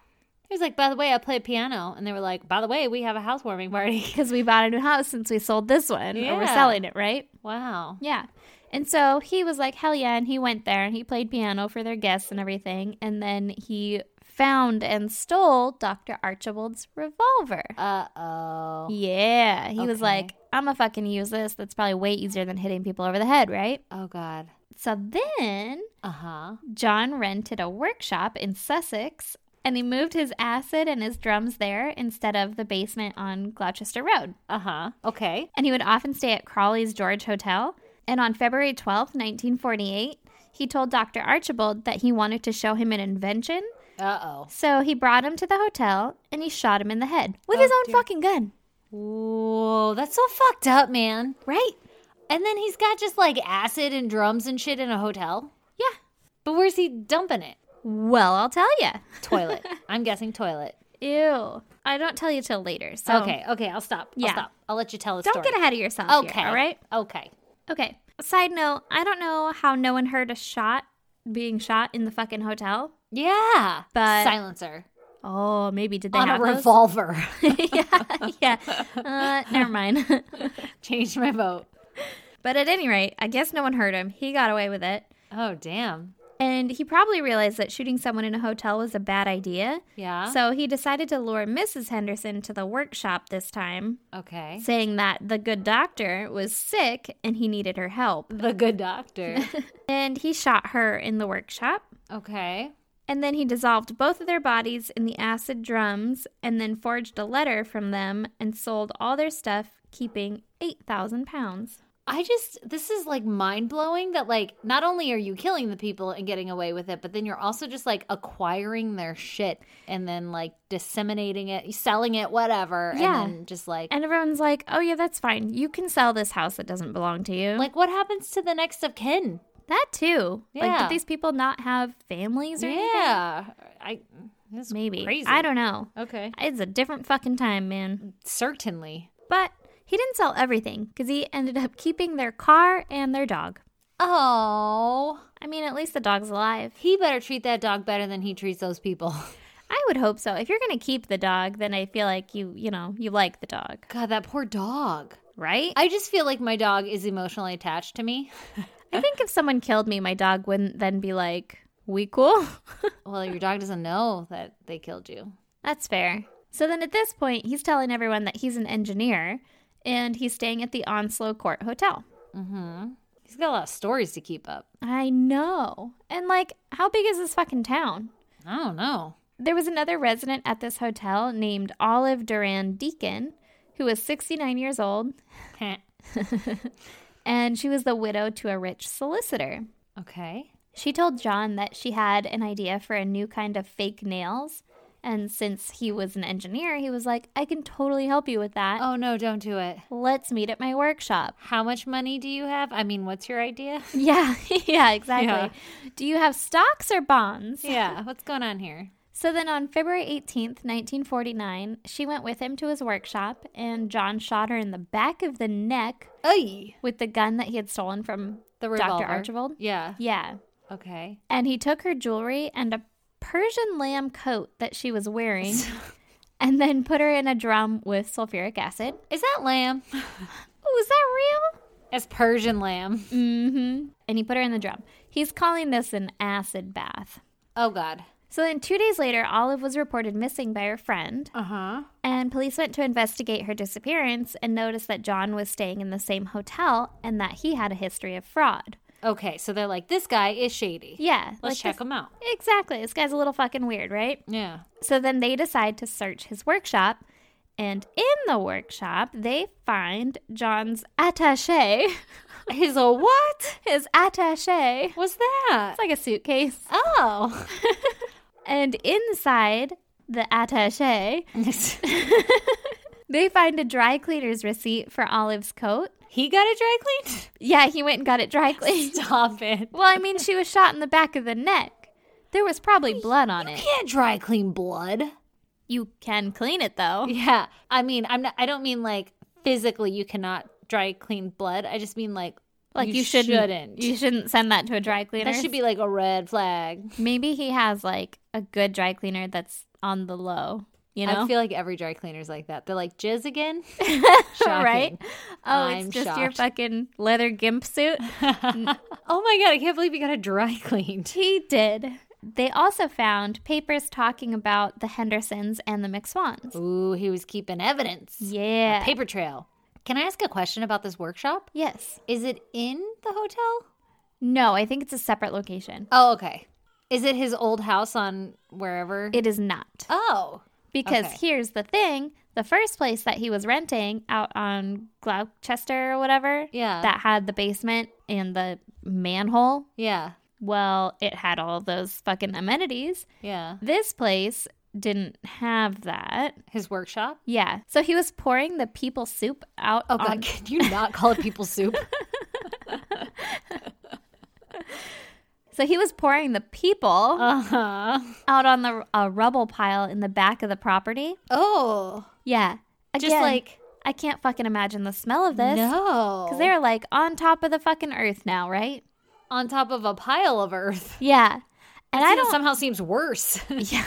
C: He was like, by the way, I play piano. And they were like, by the way, we have a housewarming party.
A: because we bought a new house since we sold this one or we're
C: Yeah.
A: selling it, right?
C: wow.
A: Yeah. And so he was like, hell yeah. And he went there and he played piano for their guests and everything. And then he found and stole Dr. Archibald's revolver.
C: Uh oh.
A: Yeah. He was
C: Okay.
A: like, I'm going to fucking use this. That's probably way easier than hitting people over the head, right?
C: Oh, God.
A: So then
C: Uh huh.
A: John rented a workshop in Sussex and he moved his acid and his drums there instead of the basement on Gloucester Road.
C: Uh huh. Okay.
A: and he would often stay at Crawley's George Hotel. And on February twelfth, 1948, he told Dr. Archibald that he wanted to show him an invention.
C: Uh oh.
A: So he brought him to the hotel and he shot him in the head with his own fucking gun.
C: Whoa, that's so fucked up, man.
A: Right?
C: And then he's got just like acid and drums and shit in a hotel.
A: Yeah.
C: But where's he dumping it?
A: Well, I'll tell you.
C: Toilet. I'm guessing toilet.
A: Ew. I don't tell you till later. So
C: Okay, okay, I'll stop.
A: Oh. Yeah.
C: I'll stop. I'll let you tell the
A: don't
C: story.
A: get ahead of yourself.
C: Okay.
A: Here, all right.
C: Okay.
A: Okay. Side note: I don't know how no one heard a shot being shot in the fucking hotel.
C: Yeah.
A: But-
C: silencer
A: Oh, maybe did they
C: on a
A: have those?
C: revolver.
A: yeah, yeah. Uh, never mind.
C: Change my vote.
A: But at any rate, I guess no one heard him. He got away with it.
C: Oh damn.
A: And he probably realized that shooting someone in a hotel was a bad idea.
C: Yeah.
A: So he decided to lure Mrs. Henderson to the workshop this time,
C: okay.
A: saying that the good doctor was sick and he needed her help.
C: The good doctor.
A: And he shot her in the workshop.
C: okay.
A: And then he dissolved both of their bodies in the acid drums and then forged a letter from them and sold all their stuff, keeping 8,000 pounds.
C: I just this is like mind blowing that like not only are you killing the people and getting away with it, but then you're also just like acquiring their shit and then like disseminating it, selling it, whatever.
A: Yeah.
C: And then just like
A: And everyone's like, oh, yeah, that's fine. You can sell this house that doesn't belong to you.
C: like what happens to the next of kin?
A: That too. Like,
C: Yeah.
A: did these people not have families or anything?
C: Yeah. I this is
A: Maybe.
C: crazy.
A: I don't know.
C: Okay.
A: It's a different fucking time, man.
C: Certainly.
A: But he didn't sell everything because he ended up keeping their car and their dog.
C: Oh,
A: I mean, at least the dog's alive.
C: he better treat that dog better than he treats those people.
A: I would hope so. If you're going to keep the dog, then I feel like you, you know, you like the dog,
C: God, that poor dog.
A: right?
C: I just feel like my dog is emotionally attached to me.
A: I think if someone killed me, my dog wouldn't then be like, we cool.
C: Well, your dog doesn't know that they killed you.
A: That's fair. So then at this point, he's telling everyone that he's an engineer and he's staying at the Onslow Court Hotel.
C: He's got a lot of stories to keep up.
A: I know. And like, how big is this fucking town?
C: I don't know.
A: There was another resident at this hotel named Olive Duran Deacon, who was 69 years old, and she was the widow to a rich solicitor.
C: okay.
A: She told John that she had an idea for a new kind of fake nails. And since he was an engineer, he was like, I can totally help you with that.
C: Oh no, don't do it.
A: Let's meet at my workshop.
C: How much money do you have? I mean, what's your idea?
A: Yeah, yeah, exactly. Do you have stocks or bonds?
C: Yeah, what's going on here?
A: So then on February 18th, 1949, she went with him to his workshop, and John shot her in the back of the neck
C: Ay.
A: with the gun that he had stolen from
C: The
A: Dr.
C: revolver.
A: Archibald.
C: Yeah.
A: Yeah.
C: Okay.
A: And he took her jewelry and a Persian lamb coat that she was wearing. And then put her in a drum with sulfuric acid.
C: Is that lamb?
A: Oh, is that Mm-hmm.
C: That's Persian lamb.
A: real? Mm hmm. And he put her in the drum. He's calling this an acid bath.
C: Oh God.
A: So then, two days later, Olive was reported missing by her friend,
C: Uh huh.
A: and police went to investigate her disappearance and noticed that John was staying in the same hotel and that he had a history of fraud.
C: Okay, so they're like, this guy is shady.
A: Yeah.
C: Let's check
A: this-
C: him out.
A: Exactly. This guy's a little fucking weird, right?
C: Yeah.
A: So then they decide to search his workshop. And in the workshop, they find John's attache.
C: He's a what?
A: His attache.
C: What's that?
A: It's like a suitcase.
C: Oh.
A: And inside the attache, they find a dry cleaner's receipt for Olive's coat.
C: he got it dry cleaned?
A: Yeah, he went and got it dry cleaned.
C: Stop it.
A: well, I mean, she was shot in the back of the neck. There was probably blood on it.
C: Can't dry clean blood.
A: You can clean it though.
C: Yeah. I mean, I'm not I don't mean like physically you cannot dry clean blood. I just mean like
A: Like you,
C: shouldn't.
A: shouldn't, You shouldn't send that to a dry cleaner.
C: that should be like a red flag.
A: Maybe he has like a good dry cleaner that's on the low. You know,
C: I feel like every dry cleaner's like that. They're like jizz again.
A: right?
C: Shocking.
A: Oh, it's
C: I'm
A: just your
C: shocked.
A: fucking leather gimp suit.
C: oh my god, I can't believe he got it dry cleaned.
A: he did. They also found papers talking about the Hendersons and the McSwans.
C: Ooh, he was keeping evidence.
A: Yeah.
C: Paper trail. Can I ask a question about this workshop?
A: yes.
C: Is it in the hotel?
A: No, I think it's a separate location.
C: Oh, okay. Is it his old house on wherever?
A: It is not.
C: oh.
A: Because
C: Okay.
A: here's the thing the first place that he was renting out on Gloucester or whatever,
C: Yeah.
A: that had the basement and the manhole,
C: Yeah.
A: well, it had all those fucking amenities.
C: Yeah.
A: This place didn't have that.
C: His workshop?
A: Yeah. So he was pouring the people soup out
C: Oh god,
A: on
C: can you not call it people soup?
A: So he was pouring the people
C: uh-huh.
A: out on the a rubble pile in the back of the property.
C: Oh.
A: Yeah.
C: Just
A: Again,
C: like
A: I can't fucking imagine the smell of this.
C: no.
A: Because they're like on top of the fucking earth now, right?
C: on top of a pile of earth.
A: Yeah. And I
C: Even
A: don't
C: somehow seems worse.
A: yeah.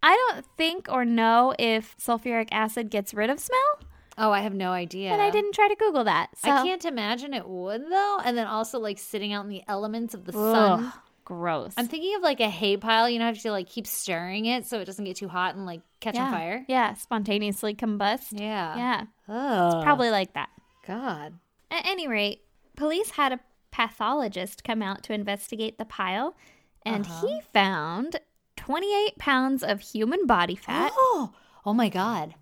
A: I don't think or know if sulfuric acid gets rid of smell.
C: oh, I have no idea.
A: And I didn't try to Google that. So
C: I can't imagine it would though. And then also like sitting out in the elements of the sun.
A: Ugh, gross.
C: I'm thinking of like a hay pile, you know, I have to like keep stirring it so it doesn't get too hot and like catch
A: yeah.
C: on fire.
A: Yeah, spontaneously combust.
C: Yeah. Oh.
A: Yeah.
C: Ugh.
A: Probably like that.
C: God.
A: At any rate, police had a pathologist come out to investigate the pile, and
C: Uh-huh.
A: he found 28 pounds of human body fat.
C: Oh, oh my God.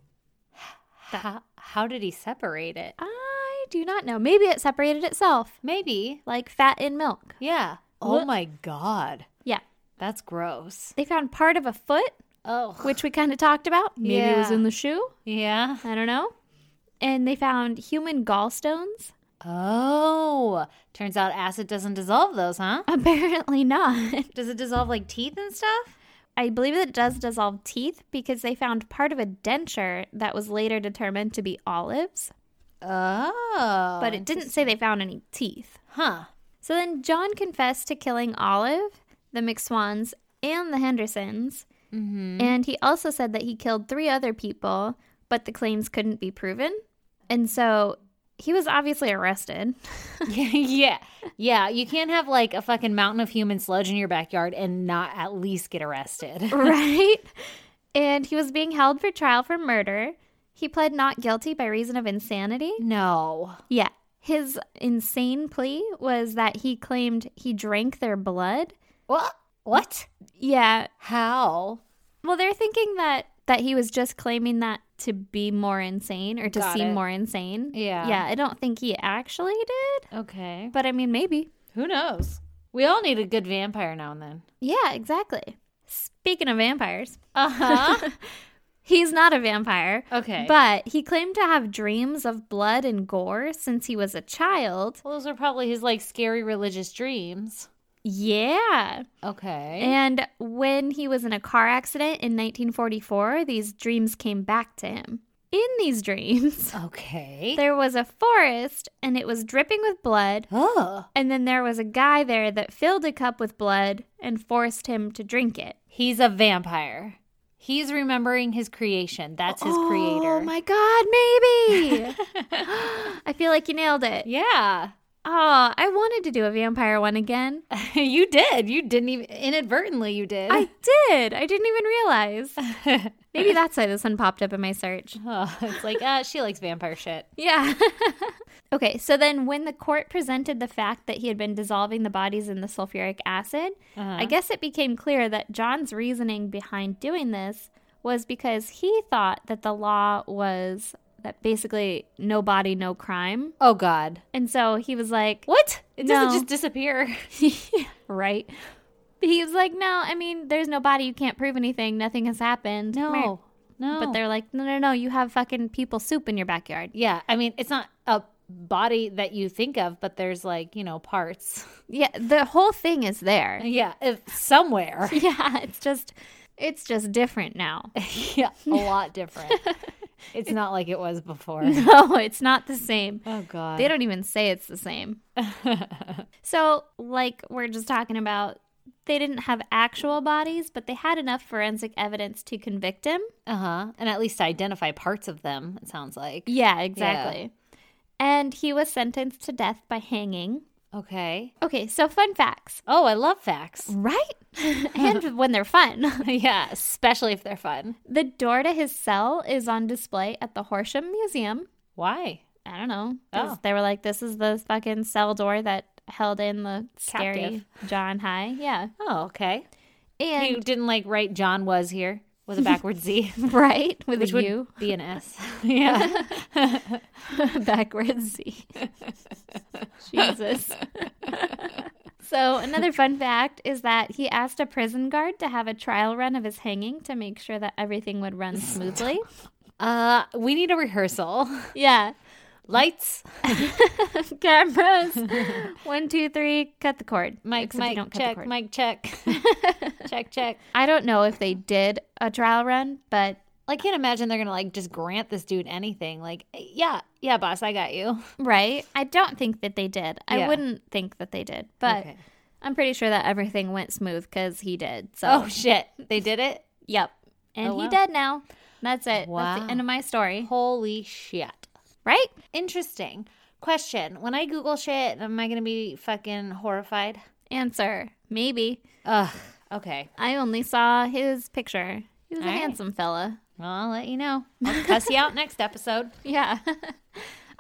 C: How, how did he separate it?
A: I do not know. Maybe it separated itself,
C: Maybe.
A: like fat in milk.
C: Yeah. Oh
A: Look-
C: my God.
A: Yeah.
C: That's gross.
A: They found part of a foot,
C: Oh.
A: which we kind of talked about. Maybe it was
C: Yeah.
A: in the shoe.
C: yeah.
A: I don't know. And they found human gallstones.
C: Oh. Turns out acid doesn't dissolve those, huh?
A: Apparently not.
C: Does it dissolve like teeth and stuff?
A: I believe it does dissolve teeth because they found part of a denture that was later determined to be olives.
C: Oh.
A: but it didn't say they found any teeth.
C: Huh.
A: So then John confessed to killing Olive, the McSwans, and the Hendersons. And he also said that he killed three other people, but the claims couldn't be proven. And so he was obviously arrested.
C: yeah. Yeah. You can't have like a fucking mountain of human sludge in your backyard and not at least get arrested.
A: right? And he was being held for trial for murder. He pled not guilty by reason of insanity.
C: no.
A: Yeah. His insane plea was that he claimed he drank their blood.
C: What? What?
A: Yeah,
C: How?
A: Well, they're thinking that that he was just claiming that to be more insane or to
C: Got
A: seem
C: it.
A: more insane.
C: Yeah.
A: Yeah, I don't think he actually did,
C: Okay.
A: but I mean maybe.
C: Who knows? We all need a good vampire now and then.
A: Yeah, exactly. Speaking of vampires,
C: Uh huh.
A: he's not a vampire.
C: okay.
A: But he claimed to have dreams of blood and gore since he was a child.
C: Well, those are probably his like scary religious dreams.
A: Yeah.
C: Okay.
A: And when he was in a car accident in 1944, these dreams came back to him. In these dreams,
C: okay.
A: There was a forest and it was dripping with blood.
C: oh,
A: And then there was a guy there that filled a cup with blood and forced him to drink it.
C: he's a vampire. He's remembering his creation. That's his creator.
A: Oh my God, maybe. I feel like you nailed it.
C: Yeah.
A: Oh, I wanted to do a vampire one again.
C: you did. You didn't even inadvertently. You did.
A: I did. I didn't even realize. Maybe that's why this one popped up in my search.
C: oh, it's like uh, she likes vampire shit.
A: Yeah. okay, so then when the court presented the fact that he had been dissolving the bodies in the sulfuric acid,
C: Uh-huh.
A: I guess it became clear that John's reasoning behind doing this was because he thought that the law was that basically no body, no crime.
C: Oh God.
A: And so he was like,
C: What? It doesn't
A: No.
C: just disappear.
A: right? But he was like, no, I mean, there's no body. You can't prove anything. Nothing has happened. Meh.
C: No. No.
A: But they're like, no, no, no. You have fucking people soup in your backyard.
C: Yeah, I mean, it's not a body that you think of, but there's like, you know, parts.
A: Yeah, the whole thing is there.
C: Yeah, if somewhere.
A: Yeah, it's just, it's just different now.
C: yeah, a lot different. It's not like it was before.
A: No, it's not the same.
C: Oh god.
A: They don't even say it's the same. so, like we're just talking about, they didn't have actual bodies, but they had enough forensic evidence to convict him.
C: uh-huh. And at least identify parts of them, it sounds like.
A: Yeah, exactly. And he was sentenced to death by hanging.
C: Okay.
A: Okay, so fun facts,
C: Oh, I love facts.
A: right? and when they're fun.
C: yeah, especially if they're fun.
A: The door to his cell is on display at the Horsham Museum.
C: Why?
A: I don't know. 'cause
C: Oh.
A: They were like, this is the fucking cell door that held in the scary
C: Captive.
A: John High. Yeah.
C: Oh, okay. You
A: And,
C: didn't like write John was here with a backwards Z,
A: right? With
C: which
A: a U,
C: would be an S. yeah.
A: backwards Z. Jesus. so, another fun fact is that he asked a prison guard to have a trial run of his hanging to make sure that everything would run smoothly.
C: Uh, we need a rehearsal.
A: yeah.
C: Lights.
A: cameras. One, two, three, cut the cord.
C: Mike,
A: Except you
C: Mike,
A: don't cut the
C: check,
A: cord.
C: Mike, check. check, check.
A: I don't know if they did a trial run, but
C: I can't imagine they're going to like just grant this dude anything. Like, yeah, yeah, boss, I got you.
A: right. I don't think that they did. I
C: Yeah.
A: wouldn't think that they did, but
C: Okay.
A: I'm pretty sure that everything went smooth because he did. So,
C: Oh, shit. They did it?
A: yep. And
C: Oh,
A: he
C: wow.
A: dead now. That's it. That's
C: Wow.
A: the end of my story.
C: Holy shit.
A: Right?
C: Interesting. Question When I Google shit, am I going to be fucking horrified?
A: Answer. Maybe.
C: Ugh. Okay.
A: I only saw his picture. He was a
C: All right.
A: handsome fella.
C: Well, I'll let you know. I'll cuss you out next episode.
A: Yeah.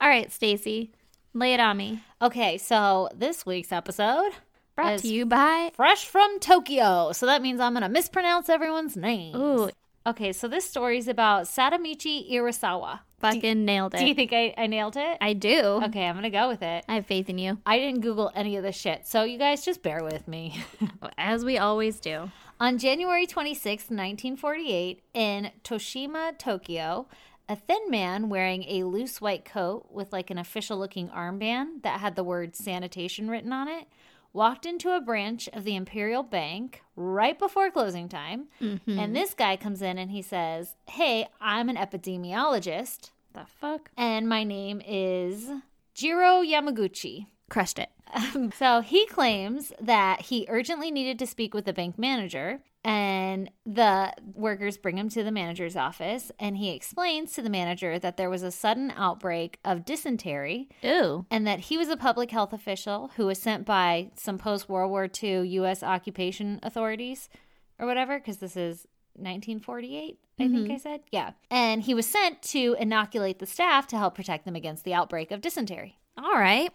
A: All right, Stacy. Lay it on me.
C: Okay. So this week's episode,
A: Brought
C: As-
A: to you by
C: fresh from Tokyo. So that means I'm going to mispronounce everyone's name.
A: Ooh,
C: Okay, so this story's about Sadamichi Irasawa.
A: fucking nailed it.
C: Do you think I, I nailed it?
A: I do.
C: Okay, I'm gonna go with it.
A: I have faith in you,
C: I didn't Google any of this shit, so you guys just bear with me.
A: as we always do.
C: On January 26, 1948, in Toshima, Tokyo, a thin man wearing a loose white coat with like an official looking armband that had the word sanitation written on it walked into a branch of the Imperial Bank right before closing time.
A: Mm-hmm.
C: And this guy comes in and he says, Hey, I'm an epidemiologist.
A: The fuck?
C: and my name is Jiro Yamaguchi.
A: Crushed it.
C: So he claims that he urgently needed to speak with the bank manager, and the workers bring him to the manager's office, and he explains to the manager that there was a sudden outbreak of dysentery
A: Ooh.
C: and that he was a public health official who was sent by some post World War II U.S. occupation authorities or whatever, because this is 1948, I think I said. Yeah. And he was sent to inoculate the staff to help protect them against the outbreak of dysentery.
A: All right.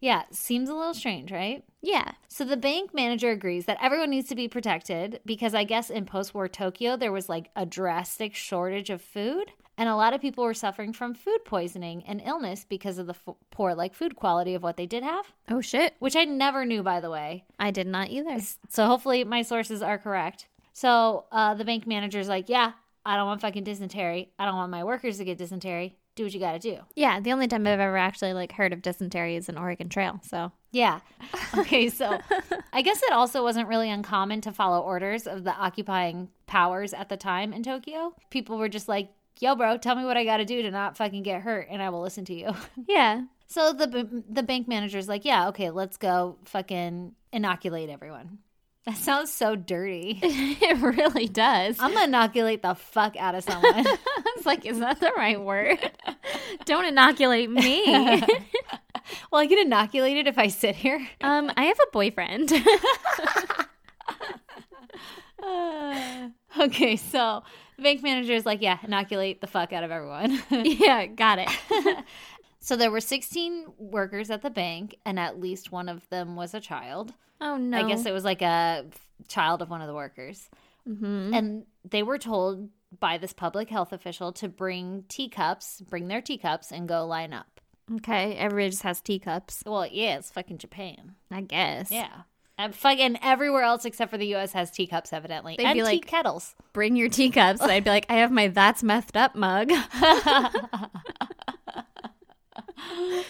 C: Yeah, seems a little strange, right?
A: Yeah.
C: So the bank manager agrees that everyone needs to be protected because I guess in post-war Tokyo there was like a drastic shortage of food and a lot of people were suffering from food poisoning and illness because of the f- poor like food quality of what they did have,
A: Oh shit.
C: which I never knew by the way.
A: I did not either.
C: So hopefully my sources are correct. So uh, the bank manager's like, "Yeah, I don't want fucking dysentery. I don't want my workers to get dysentery. Do what you got to do."
A: Yeah, the only time I've ever actually like heard of dysentery is in Oregon Trail. So
C: Yeah. Okay, so I guess it also wasn't really uncommon to follow orders of the occupying powers at the time in Tokyo. People were just like, yo, bro, tell me what I got to do to not fucking get hurt and I will listen to you.
A: yeah.
C: So the, b- the bank manager's like, yeah, okay, let's go fucking inoculate everyone. That sounds so dirty.
A: it really does. I
C: I'm gonna inoculate the fuck out of someone.
A: was like, is that the right word? Don't inoculate me.
C: Will I get inoculated if I sit here?
A: Um, I have a boyfriend.
C: okay, so the bank manager is like, yeah, inoculate the fuck out of everyone.
A: yeah, got it.
C: so there were 16 workers at the bank, and at least one of them was a child.
A: Oh no.
C: I guess it was like a child of one of the workers.
A: Mhm.
C: And they were told by this public health official to bring teacups, bring their teacups, and go line up.
A: Okay, everybody just has teacups.
C: Well, yeah, it's fucking Japan.
A: I guess.
C: Yeah. And fucking everywhere else except for the US has teacups, evidently.
A: They'd
C: and
A: be
C: tea
A: like-
C: kettles.
A: Bring your teacups. And I'd be like, I have my that's methed up mug.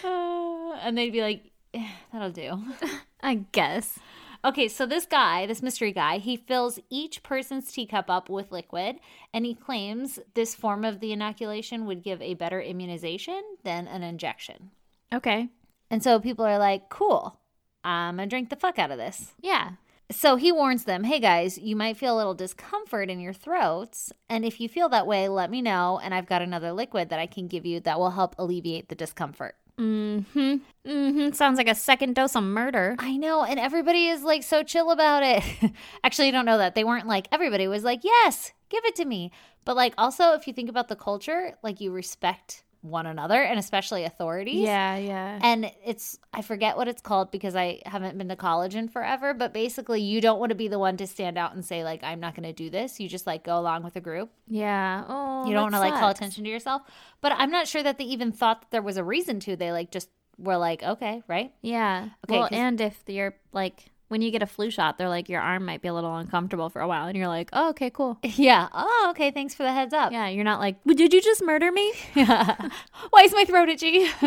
C: Uh, and they'd be like, "Eh, that'll do.
A: I guess.
C: Okay, so this guy, this mystery guy, he fills each person's teacup up with liquid, and he claims this form of the inoculation would give a better immunization than an injection.
A: Okay.
C: And so people are like, cool, I'm gonna drink the fuck out of this.
A: Yeah.
C: So he warns them, hey guys, you might feel a little discomfort in your throats. And if you feel that way, let me know. And I've got another liquid that I can give you that will help alleviate the discomfort.
A: Mm-hmm. Mm-hmm. Sounds like a second dose of murder.
C: I know. And everybody is like so chill about it. Actually, I don't know that. They weren't like, everybody was like, yes, give it to me. But like, also, if you think about the culture, like you respect one another and especially authorities.
A: yeah.
C: And it's, I forget what it's called because I haven't been to college in forever, but basically, you don't want to be the one to stand out and say, like, I'm not going to do this. You just like go along with the group.
A: Yeah. Oh.
C: you don't want
A: that
C: to like call
A: sucks.
C: attention to yourself. But I'm not sure that they even thought that there was a reason to. They like just were like, okay, right?
A: Yeah.
C: Okay,
A: well,
C: 'cause-
A: and if you're like when you get a flu shot, they're like your arm might be a little uncomfortable for a while, and you're like, oh, okay, cool.
C: Yeah. Oh, okay. Thanks for the heads up.
A: Yeah, you're not like, "Well, did you just murder me?
C: Why is my throat itchy?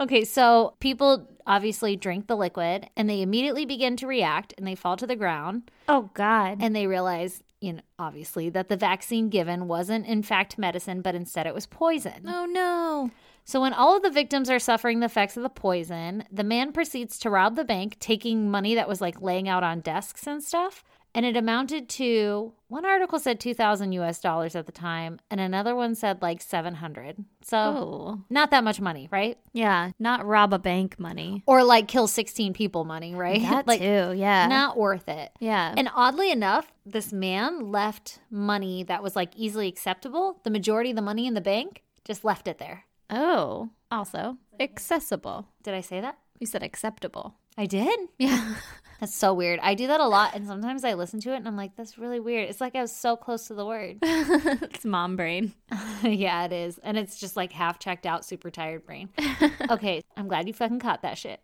C: okay, so people obviously drink the liquid and they immediately begin to react and they fall to the ground.
A: Oh God.
C: and they realized, you know, obviously that the vaccine given wasn't in fact medicine, but instead it was poison.
A: oh no.
C: So when all of the victims are suffering the effects of the poison, the man proceeds to rob the bank, taking money that was like laying out on desks and stuff. And it amounted to one article said 2000 US dollars at the time and another one said like 700. So
A: Oh.
C: not that much money, right?
A: Yeah, not rob a bank money.
C: Or like kill 16 people money, right?
A: That
C: like
A: too. Yeah.
C: not worth it.
A: yeah.
C: And oddly enough, this man left money that was like easily acceptable. The majority of the money in the bank just left it there.
A: oh, also accessible.
C: Did I say that?
A: You said acceptable.
C: I did.
A: Yeah.
C: That's so weird. I do that a lot. And sometimes I listen to it and I'm like, that's really weird. It's like I was so close to the word.
A: it's mom brain.
C: yeah, it is. And it's just like half checked out, super tired brain. okay. I'm glad you fucking caught that shit.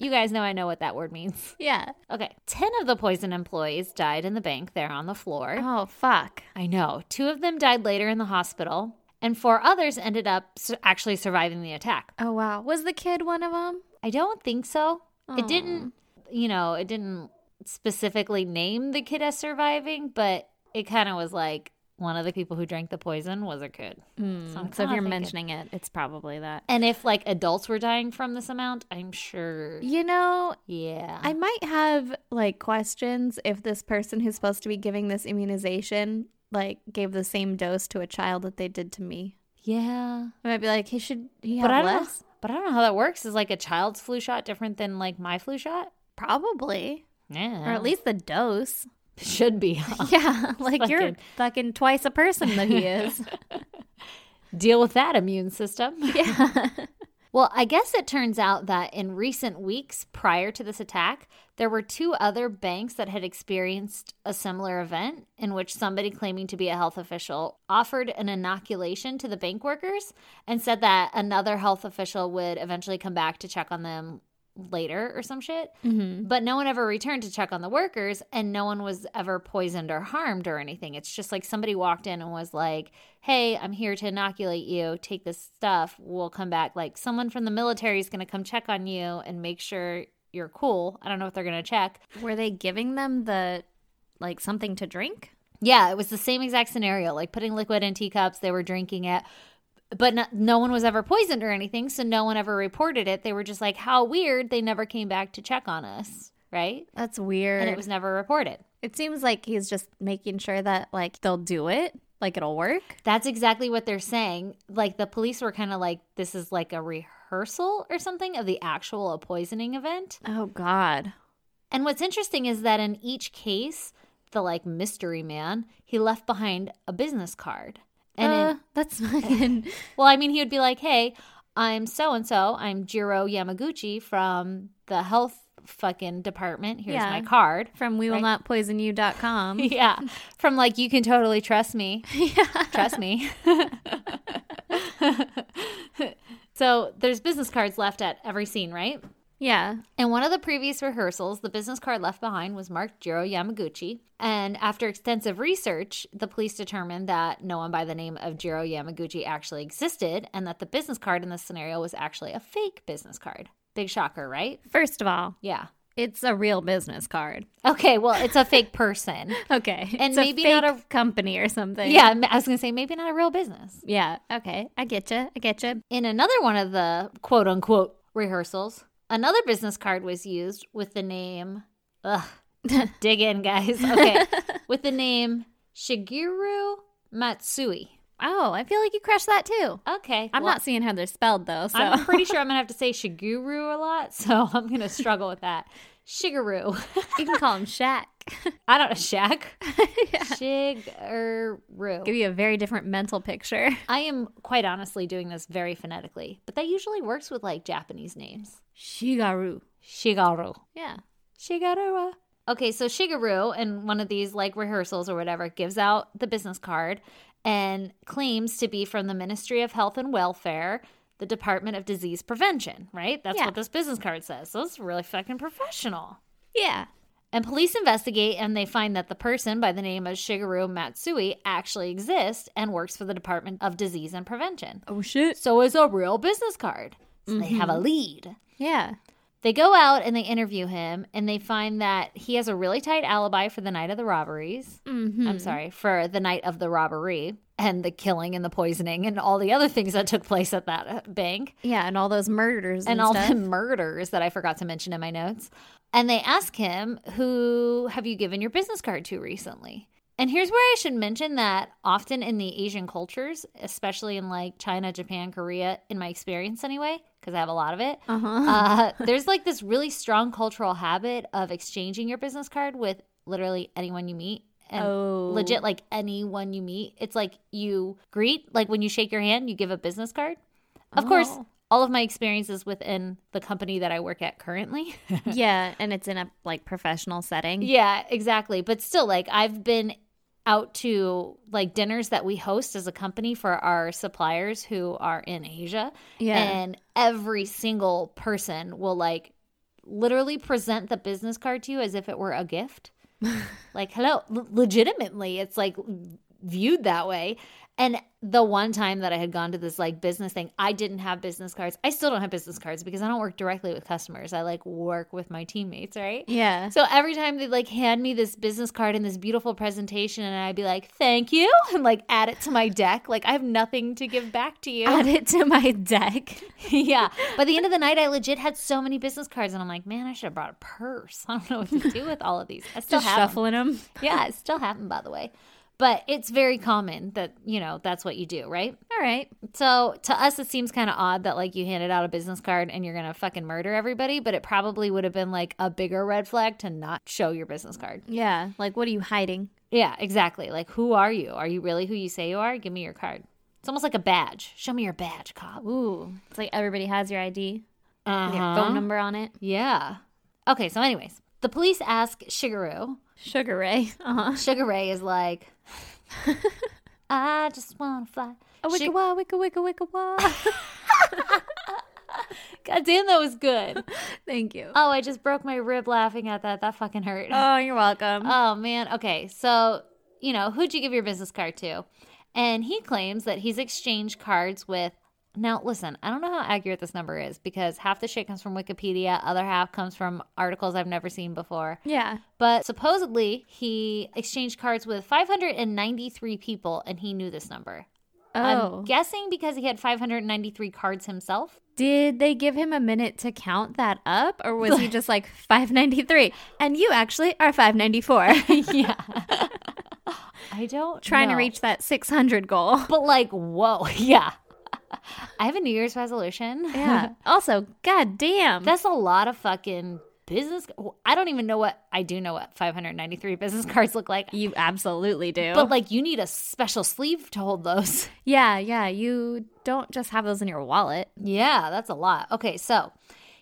C: you guys know I know what that word means.
A: Yeah.
C: Okay. 10 of the poison employees died in the bank there on the floor.
A: Oh fuck.
C: I know. Two of them died later in the hospital, and four others ended up s actually surviving the attack.
A: Oh wow. Was the kid one of them?
C: I don't think so. It didn't, you know, it didn't specifically name the kid as surviving, but it kind of was like one of the people who drank the poison was a kid. I'm
A: Hmm. so if
C: kinda
A: you're
C: thinking-
A: mentioning it, it's probably that.
C: And if like adults were dying from this amount, I'm sure.
A: You know,
C: Yeah.
A: I might have like questions if this person who's supposed to be giving this immunization like gave the same dose to a child that they did to me.
C: yeah.
A: I might be like, he should he
C: But I
A: have
C: don't know.
A: less?
C: But I don't know how that works. Is like a child's flu shot different than like my flu shot?
A: Probably.
C: Yeah.
A: Or at least the dose.
C: should be.
A: Yeah. Like you're
C: Fucking-
A: fucking twice a person that he is.
C: Deal with that immune system.
A: yeah.
C: Well, I guess it turns out that in recent weeks prior to this attack, there were two other banks that had experienced a similar event in which somebody claiming to be a health official offered an inoculation to the bank workers and said that another health official would eventually come back to check on them later or some shit.
A: Mhm.
C: But no one ever returned to check on the workers and no one was ever poisoned or harmed or anything. It's just like somebody walked in and was like, hey, I'm here to inoculate you. Take this stuff. We'll come back. Like someone from the military is going to come check on you and make sure you're cool. I don't know if they're going to check.
A: Were they giving them the like something to drink?
C: Yeah, it was the same exact scenario like putting liquid in teacups, they were drinking it. But no, no one was ever poisoned or anything, so no one ever reported it. They were just like, how weird. They never came back to check on us, right?
A: That's weird.
C: And it was never reported.
A: It seems like he's just making sure that like they'll do it. Like it'll work.
C: That's exactly what they're saying. Like the police were kind of like, this is like a rehearsal or something of the actual poisoning event.
A: Oh God.
C: And what's interesting is that in each case, the like mystery man, he left behind a business card. And in,
A: Uh, that's fucking.
C: well, I mean, he would be like, hey, I'm so and so. I'm Jiro Yamaguchi from the health fucking department. Here's
A: Yeah.
C: my card.
A: from we will
C: Right.
A: not poison you.com.
C: Yeah. From like, you can totally trust me. Trust me. so there's business cards left at every scene, right?
A: yeah.
C: In one of the previous rehearsals, the business card left behind was marked Jiro Yamaguchi. And after extensive research, the police determined that no one by the name of Jiro Yamaguchi actually existed and that the business card in this scenario was actually a fake business card. Big shocker, right?
A: First of all,
C: Yeah.
A: it's a real business card.
C: Okay, well, it's a fake person.
A: Okay.
C: And
A: It's a
C: maybe not
A: fake company or something.
C: Yeah, I was going to say maybe not a real business.
A: Yeah. Okay. I get you. I get you.
C: In another one of the quote unquote rehearsals, another business card was used with the name, ugh, dig in, guys. Okay. with the name Shigeru Matsui.
A: Oh, I feel like you crushed that too.
C: Okay.
A: I'm
C: well,
A: not seeing how they're spelled though. So
C: I'm pretty sure I'm going to have to say Shigeru a lot, so I'm going to struggle with that. Shigeru.
A: you can call him Shaq.
C: I don't know, Shaq. Shigeru.
A: Give you a very different mental picture.
C: I am quite honestly doing this very phonetically, but that usually works with like Japanese names.
A: Shigaru.
C: Shigaru.
A: Yeah.
C: Shigeru. Okay, so Shigeru in one of these like rehearsals or whatever gives out the business card and claims to be from the Ministry of Health and Welfare, the Department of Disease Prevention, right? That's
A: Yeah.
C: what this business card says. So it's really fucking professional.
A: Yeah.
C: And police investigate and they find that the person by the name of Shigeru Matsui actually exists and works for the Department of Disease and Prevention.
A: Oh shit.
C: So it's a real business card. So they have a lead.
A: Yeah.
C: They go out and they interview him, and they find that he has a really tight alibi for the night of the robberies.
A: Mm-hmm.
C: I'm sorry, for the night of the robbery and the killing and the poisoning and all the other things that took place at that uh, bank
A: Yeah, and all those murders and,
C: and all
A: stuff.
C: the murders that I forgot to mention in my notes. And they ask him, Who have you given your business card to recently? And here's where I should mention that often in the Asian cultures, especially in like China, Japan, Korea, in my experience anyway, because I have a lot of it,
A: Uh-huh.
C: uh, there's like this really strong cultural habit of exchanging your business card with literally anyone you meet. And
A: Oh.
C: legit, like anyone you meet. It's like you greet, like when you shake your hand, you give a business card. Of course,
A: Oh.
C: all of my experiences within the company that I work at currently.
A: Mm-hmm. yeah, and it's in a like professional setting.
C: yeah, exactly. But still, like I've been out to like dinners that we host as a company for our suppliers who are in Asia.
A: Yeah.
C: And every single person will like literally present the business card to you as if it were a gift. like, hello, L- legitimately, it's like viewed that way. And the one time that I had gone to this like business thing, I didn't have business cards. I still don't have business cards because I don't work directly with customers. I like work with my teammates, right?
A: Yeah.
C: So every time they'd like hand me this business card and this beautiful presentation, and I'd be like, thank you, and like add it to my deck. Like, I have nothing to give back to you.
A: Add it to my deck.
C: yeah. By the end of the night, I legit had so many business cards, and I'm like, man, I should have brought a purse. I don't know what to do with all of these. I still
A: Just
C: have 'em.
A: shuffling them.
C: Yeah, I still have them, by the way. But it's very common that, you know, that's what you do, right?
A: All right.
C: So to us, it seems kind of odd that like you handed out a business card and you're gonna fucking murder everybody, but it probably would have been like a bigger red flag to not show your business card.
A: Yeah. Like, what are you hiding?
C: Yeah, exactly. Like, who are you? Are you really who you say you are? Give me your card. It's almost like a badge. Show me your badge, cop.
A: Ooh, it's like everybody has your ID,
C: Uh-huh.
A: with your phone number on it.
C: Yeah. Okay. So, anyways, the police ask Shigeru.
A: Sugar Ray. Uh huh.
C: Sugar Ray is like, I just wanna fly.
A: Oh,
C: Shi-
A: wicka wah, wicka wicka wicka wah.
C: God damn, that was good.
A: Thank you.
C: Oh, I just broke my rib laughing at that. That fucking hurt.
A: Oh, you're welcome.
C: Oh man. Okay. So, you know, who'd you give your business card to? And he claims that he's exchanged cards with now listen, I don't know how accurate this number is because half the shit comes from Wikipedia, other half comes from articles I've never seen before.
A: yeah.
C: But supposedly he exchanged cards with 593 people and he knew this number.
A: Oh.
C: I'm guessing because he had 593 cards himself.
A: Did they give him a minute to count that up, or was he just like 593? And you actually are 594.
C: yeah. I don't
A: trying to
C: know.
A: reach that 600 goal.
C: but like, whoa, yeah. I have a New Year's resolution.
A: Yeah. also, god damn.
C: That's a lot of fucking business. I don't even know what I do know what 593 business cards look like.
A: you absolutely do.
C: But like you need a special sleeve to hold those.
A: yeah, yeah. You don't just have those in your wallet.
C: Yeah, that's a lot. Okay, so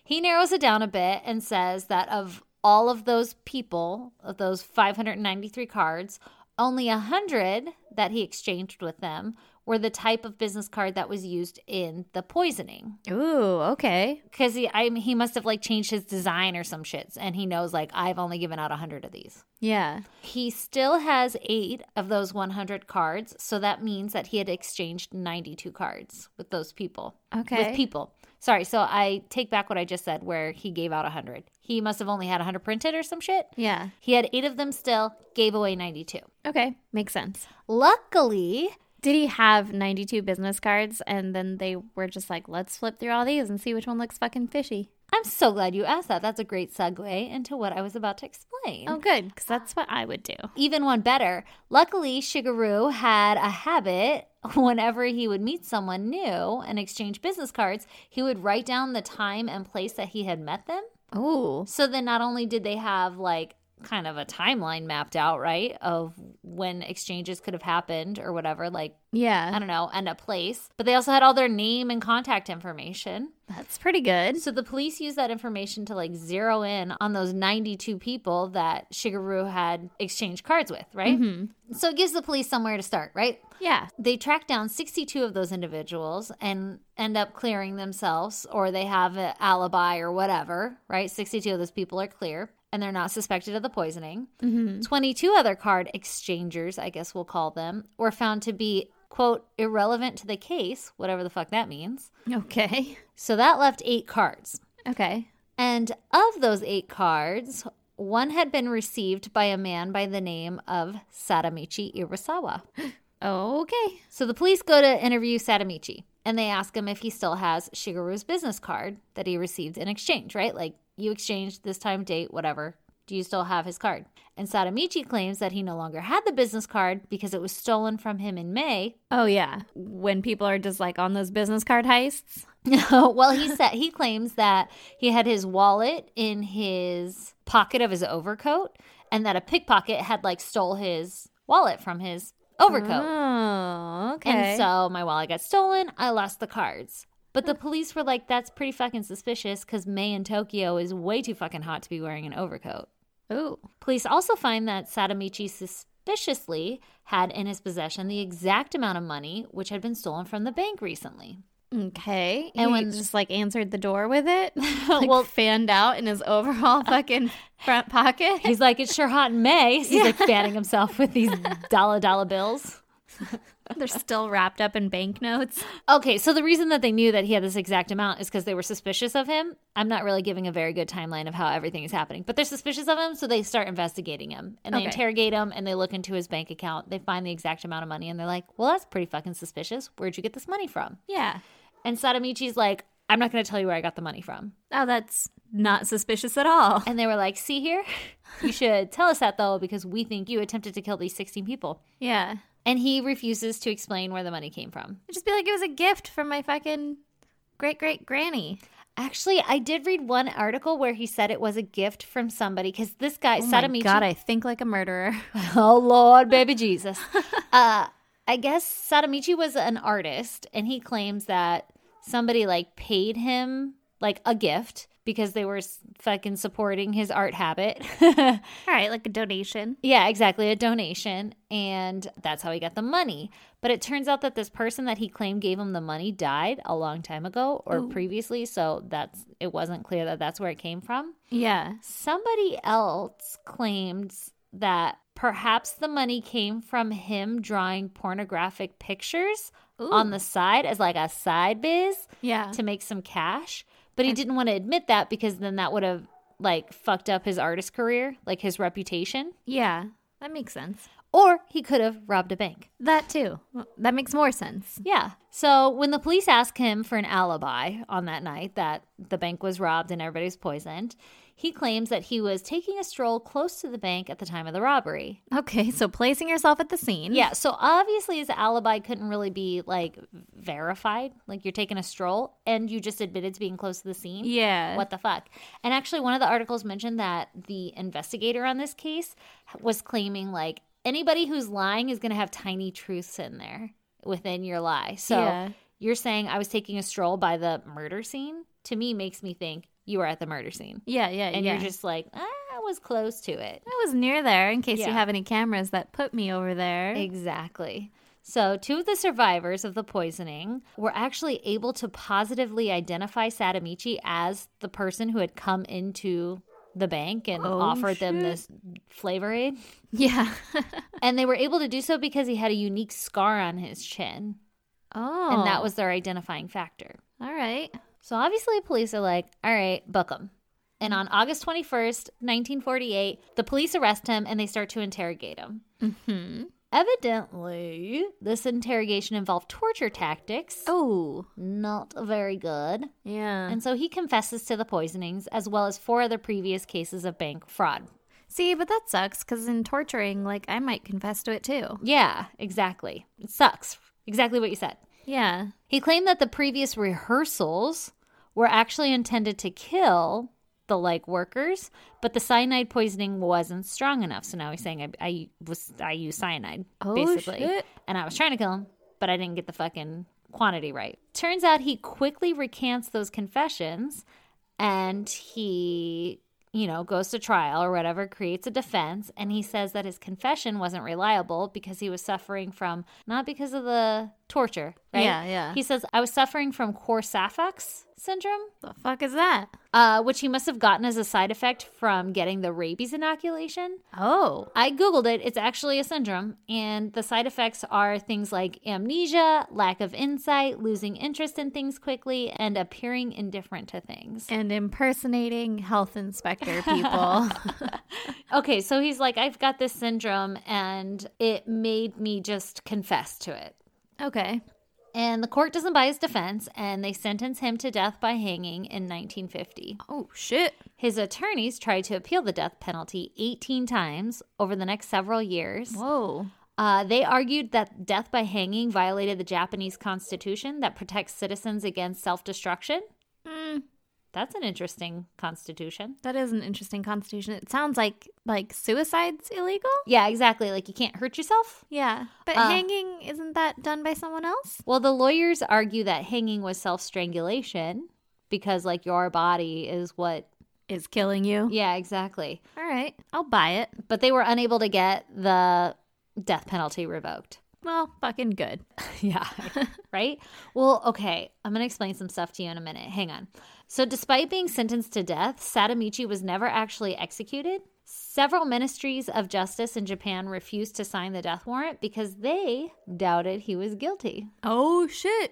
C: he narrows it down a bit and says that of all of those people, of those 593 cards, only 100 that he exchanged with them were the type of business card that was used in the poisoning.
A: Ooh, okay.
C: Because he, I, he must have like changed his design or some shits, and he knows like I've only given out 100 of these.
A: Yeah.
C: He still has eight of those 100 cards, so that means that he had exchanged 92 cards with those people.
A: Okay.
C: With people. Sorry, so I take back what I just said where he gave out 100. He must have only had 100 printed or some shit.
A: Yeah.
C: He had eight of them still, gave away 92.
A: Okay. Makes sense.
C: Luckily,
A: Did he have 92 business cards and then they were just like, let's flip through all these and see which one looks fucking fishy?
C: I'm so glad you asked that. That's a great segue into what I was about to explain.
A: Oh, good. Because that's what I would do.
C: even one better. Luckily, Shigeru had a habit whenever he would meet someone new and exchange business cards, he would write down the time and place that he had met them.
A: Ooh.
C: So then not only did they have like kind of a timeline mapped out, right, of when exchanges could have happened or whatever, like I
A: Yeah.
C: don't know, and a place, but they also had all their name and contact information.
A: That's pretty good.
C: So the police used that information to like zero in on those 92 people that Shigeru had exchanged cards with, right? So it gives the police somewhere to start, right?
A: Yeah.
C: They track down 62 of those individuals and end up clearing themselves or they have an alibi or whatever, right? 62 of those people are clear and they're not suspected of the poisoning. 22 other card exchangers, I guess we'll call them, were found to be, quote, irrelevant to the case, whatever the fuck that means.
A: Okay.
C: So that left eight cards.
A: Okay.
C: And of those eight cards, one had been received by a man by the name of Sadamichi Irasawa.
A: Okay.
C: So the police go to interview Sadamichi and they ask him if he still has Shigeru's business card that he received in exchange, right? Like, you exchanged this time, date, whatever. Do you still have his card? And Sadamichi claims that he no longer had the business card because it was stolen from him in May
A: Oh, yeah. When people are just like on those business card heists.
C: well, he said he claims that he had his wallet in his pocket of his overcoat, and that a pickpocket had like stole his wallet from his overcoat.
A: Oh, okay.
C: And so my wallet got stolen. I lost the cards. But the police were like, "That's pretty fucking suspicious," because May in Tokyo is way too fucking hot to be wearing an overcoat.
A: Ooh.
C: Police also find that Sadamichi suspiciously had in his possession the exact amount of money which had been stolen from the bank recently.
A: Okay.
C: And
A: And
C: when-
A: when just like answered the door with it, like fanned out in his overall fucking front pocket.
C: He's like, it's sure hot in May. So he's like fanning himself with these dollar dollar bills.
A: They're still wrapped up in banknotes.
C: Okay, so the reason that they knew that he had this exact amount is because they were suspicious of him. I'm not really giving a very good timeline of how everything is happening, but they're suspicious of him, so they start investigating him and they
A: Okay.
C: interrogate him and they look into his bank account. They find the exact amount of money and they're like, well, that's pretty fucking suspicious. Where'd you get this money from?
A: Yeah.
C: And Sadamichi's like, I'm not going to tell you where I got the money from.
A: Oh, that's not suspicious at all.
C: And they were like, see here? You should tell us that though, because we think you attempted to kill these 16 people.
A: Yeah.
C: And he refuses to explain where the money came from.
A: I'd just be like, it was a gift from my fucking great great granny.
C: Actually, I did read one article where he said it was a gift from somebody because this guy,
A: Oh my
C: Sadamichi.
A: God, I think like a murderer.
C: oh, Lord, baby Jesus. uh, I guess Sadamichi was an artist and he claims that somebody like paid him like a gift because they were s- fucking supporting his art habit.
A: all right, like a donation.
C: Yeah, exactly. A donation. And that's how he got the money. But it turns out that this person that he claimed gave him the money died a long time ago or previously. So that's it wasn't clear that that's where it came from.
A: Yeah.
C: Somebody else claims that perhaps the money came from him drawing pornographic pictures on the side as like a side biz
A: Yeah.
C: to make some cash. But he didn't want to admit that because then that would have like fucked up his artist career, like his reputation.
A: Yeah. That makes sense.
C: Or he could have robbed a bank.
A: That too. That makes more sense.
C: Yeah. So when the police asked him for an alibi on that night that the bank was robbed and everybody was poisoned, he claims that he was taking a stroll close to the bank at the time of the robbery.
A: Okay, so placing yourself at the scene.
C: Yeah, so obviously his alibi couldn't really be like verified. Like you're taking a stroll and you just admitted to being close to the scene.
A: Yeah.
C: What the fuck? And actually, one of the articles mentioned that the investigator on this case was claiming like anybody who's lying is going to have tiny truths in there within your lie. So
A: Yeah.
C: you're saying I was taking a stroll by the murder scene? To me, makes me think you were at the murder scene.
A: Yeah, yeah,
C: And
A: yeah.
C: you're just like, ah, I was close to it.
A: I was near there in case
C: Yeah.
A: you have any cameras that put me over there.
C: Exactly. So, two of the survivors of the poisoning were actually able to positively identify Sadamichi as the person who had come into the bank and
A: Oh,
C: offered them
A: shit.
C: this flavor aid.
A: yeah.
C: And they were able to do so because he had a unique scar on his chin.
A: oh.
C: And that was their identifying factor.
A: All right.
C: So obviously, police are like, all right, book him. And on August 21st, 1948, the police arrest him and they start to interrogate him.
A: Mhm.
C: Evidently, this interrogation involved torture tactics.
A: Oh.
C: Not very good.
A: Yeah.
C: And so he confesses to the poisonings as well as four other previous cases of bank fraud.
A: See, but that sucks cuz in torturing like I might confess to it too.
C: Yeah, exactly. It sucks. Exactly what you said.
A: Yeah.
C: He claimed that the previous rehearsals were actually intended to kill the like workers, but the cyanide poisoning wasn't strong enough. So now he's saying I, I was I used cyanide
A: Oh,
C: basically,
A: shit.
C: and I was trying to kill him, but I didn't get the fucking quantity right. Turns out he quickly recants those confessions, and he you know goes to trial or whatever creates a defense and he says that his confession wasn't reliable because he was suffering from not because of the torture right
A: Yeah, yeah.
C: he says i was suffering from Corsaffox syndrome
A: The fuck is that?
C: uh, which he must have gotten as a side effect from getting the rabies inoculation.
A: Oh.
C: I Googled it. It's actually a syndrome. And the side effects are things like amnesia, lack of insight, losing interest in things quickly, and appearing indifferent to things.
A: And impersonating health inspector people.
C: Okay, so he's like, I've got this syndrome, and it made me just confess to it.
A: okay.
C: And the court doesn't buy his defense, and they sentence him to death by hanging in 1950.
A: Oh shit.
C: His attorneys tried to appeal the death penalty 18 times over the next several years.
A: Whoa.
C: Uh, they argued that death by hanging violated the Japanese constitution that protects citizens against self destruction. That's an interesting constitution.
A: Hmm, That is an interesting constitution. It sounds like like suicide's illegal.
C: Yeah, exactly. Like you can't hurt yourself.
A: Yeah, but
C: Uh,
A: hanging isn't that done by someone else?
C: Well, the lawyers argue that hanging was self strangulation because, like, your body is what.
A: Is killing you.
C: Yeah, exactly.
A: All right, I'll buy it.
C: But they were unable to get the death penalty revoked.
A: Well, fucking good.
C: Yeah. right? Well, okay. I'm going to explain some stuff to you in a minute. Hang on. So, despite being sentenced to death, Sadamichi was never actually executed. Several ministries of justice in Japan refused to sign the death warrant because they doubted he was guilty.
A: Oh shit.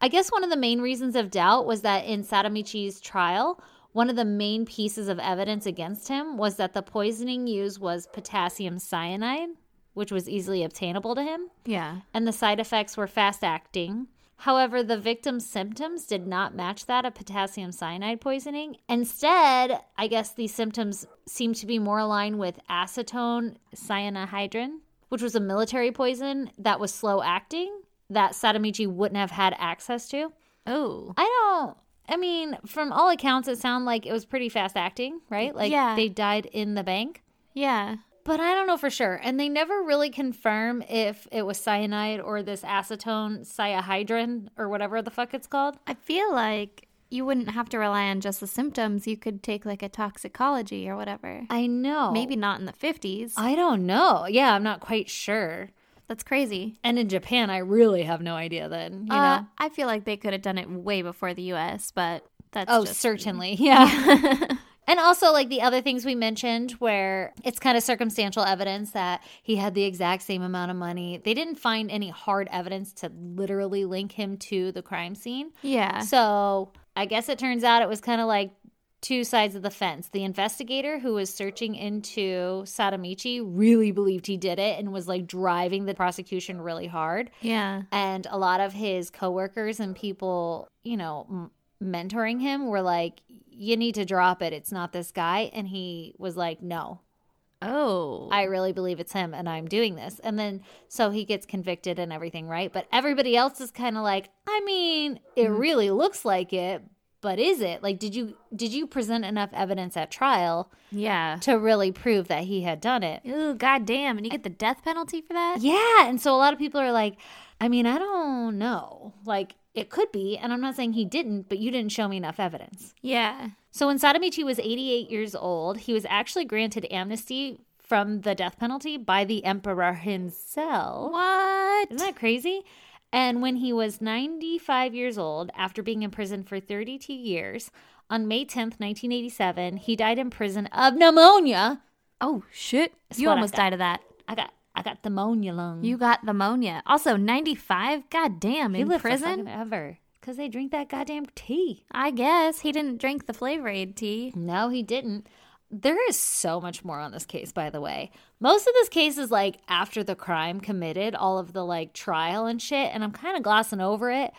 C: I guess one of the main reasons of doubt was that in Sadamichi's trial, one of the main pieces of evidence against him was that the poisoning used was potassium cyanide, which was easily obtainable to him
A: Yeah.
C: and the side effects were fast acting. However, the victim's symptoms did not match that of potassium cyanide poisoning. Instead, I guess these symptoms seem to be more aligned with acetone cyanohydrin, which was a military poison that was slow acting that Sadamichi wouldn't have had access to.
A: Oh.
C: I don't. I mean, from all accounts, it sounded like it was pretty fast acting, right? Like
A: Yeah.
C: they died in the bank.
A: Yeah.
C: But I don't know for sure. And they never really confirm if it was cyanide or this acetone cyahydrin or whatever the fuck it's called.
A: I feel like you wouldn't have to rely on just the symptoms. You could take like a toxicology or whatever.
C: I know.
A: Maybe not in the 50s.
C: I don't know. Yeah, I'm not quite sure.
A: That's crazy.
C: And in Japan, I really have no idea then, you
A: Uh,
C: know?
A: I feel like they could have done it way before the US, but that's
C: Oh,
A: just
C: certainly. Yeah. and also, like the other things we mentioned, where it's kind of circumstantial evidence that he had the exact same amount of money. They didn't find any hard evidence to literally link him to the crime scene.
A: Yeah.
C: So I guess it turns out it was kind of like two sides of the fence. The investigator who was searching into Sadamichi really believed he did it and was like driving the prosecution really hard.
A: Yeah.
C: And a lot of his coworkers and people, you know, m- mentoring him were like, you need to drop it. It's not this guy. And he was like, no,
A: Oh.
C: I really believe it's him and I'm doing this. And then so he gets convicted and everything, right? But everybody else is kind of like, I mean, it
A: Mm-hmm.
C: really looks like it, but is it? Like did you did you present enough evidence at trial
A: yeah.
C: to really prove that he had done it?
A: Ooh, goddamn. And you get the death penalty for that?
C: Yeah, and so a lot of people are like, I mean, I don't know. Like it could be, and I'm not saying he didn't, but you didn't show me enough evidence.
A: Yeah.
C: So when Sadamichi was 88 years old, he was actually granted amnesty from the death penalty by the emperor himself.
A: What?
C: Isn't that crazy? And when he was 95 years old, after being in prison for 32 years, on May 10th, 1987, he died in prison of pneumonia.
A: Oh, shit.
C: That's
A: You
C: what I
A: almost
C: got.
A: died of that.
C: I got I got pneumonia lung.
A: You got pneumonia. Also, 95? Goddamn.
C: he
A: In
C: lived
A: prison?
C: ever because they drink that goddamn tea.
A: I guess. He didn't drink the flavor aid tea.
C: No, he didn't. There is so much more on this case, by the way. Most of this case is like after the crime committed, all of the like trial and shit, and I'm kind of glossing over it.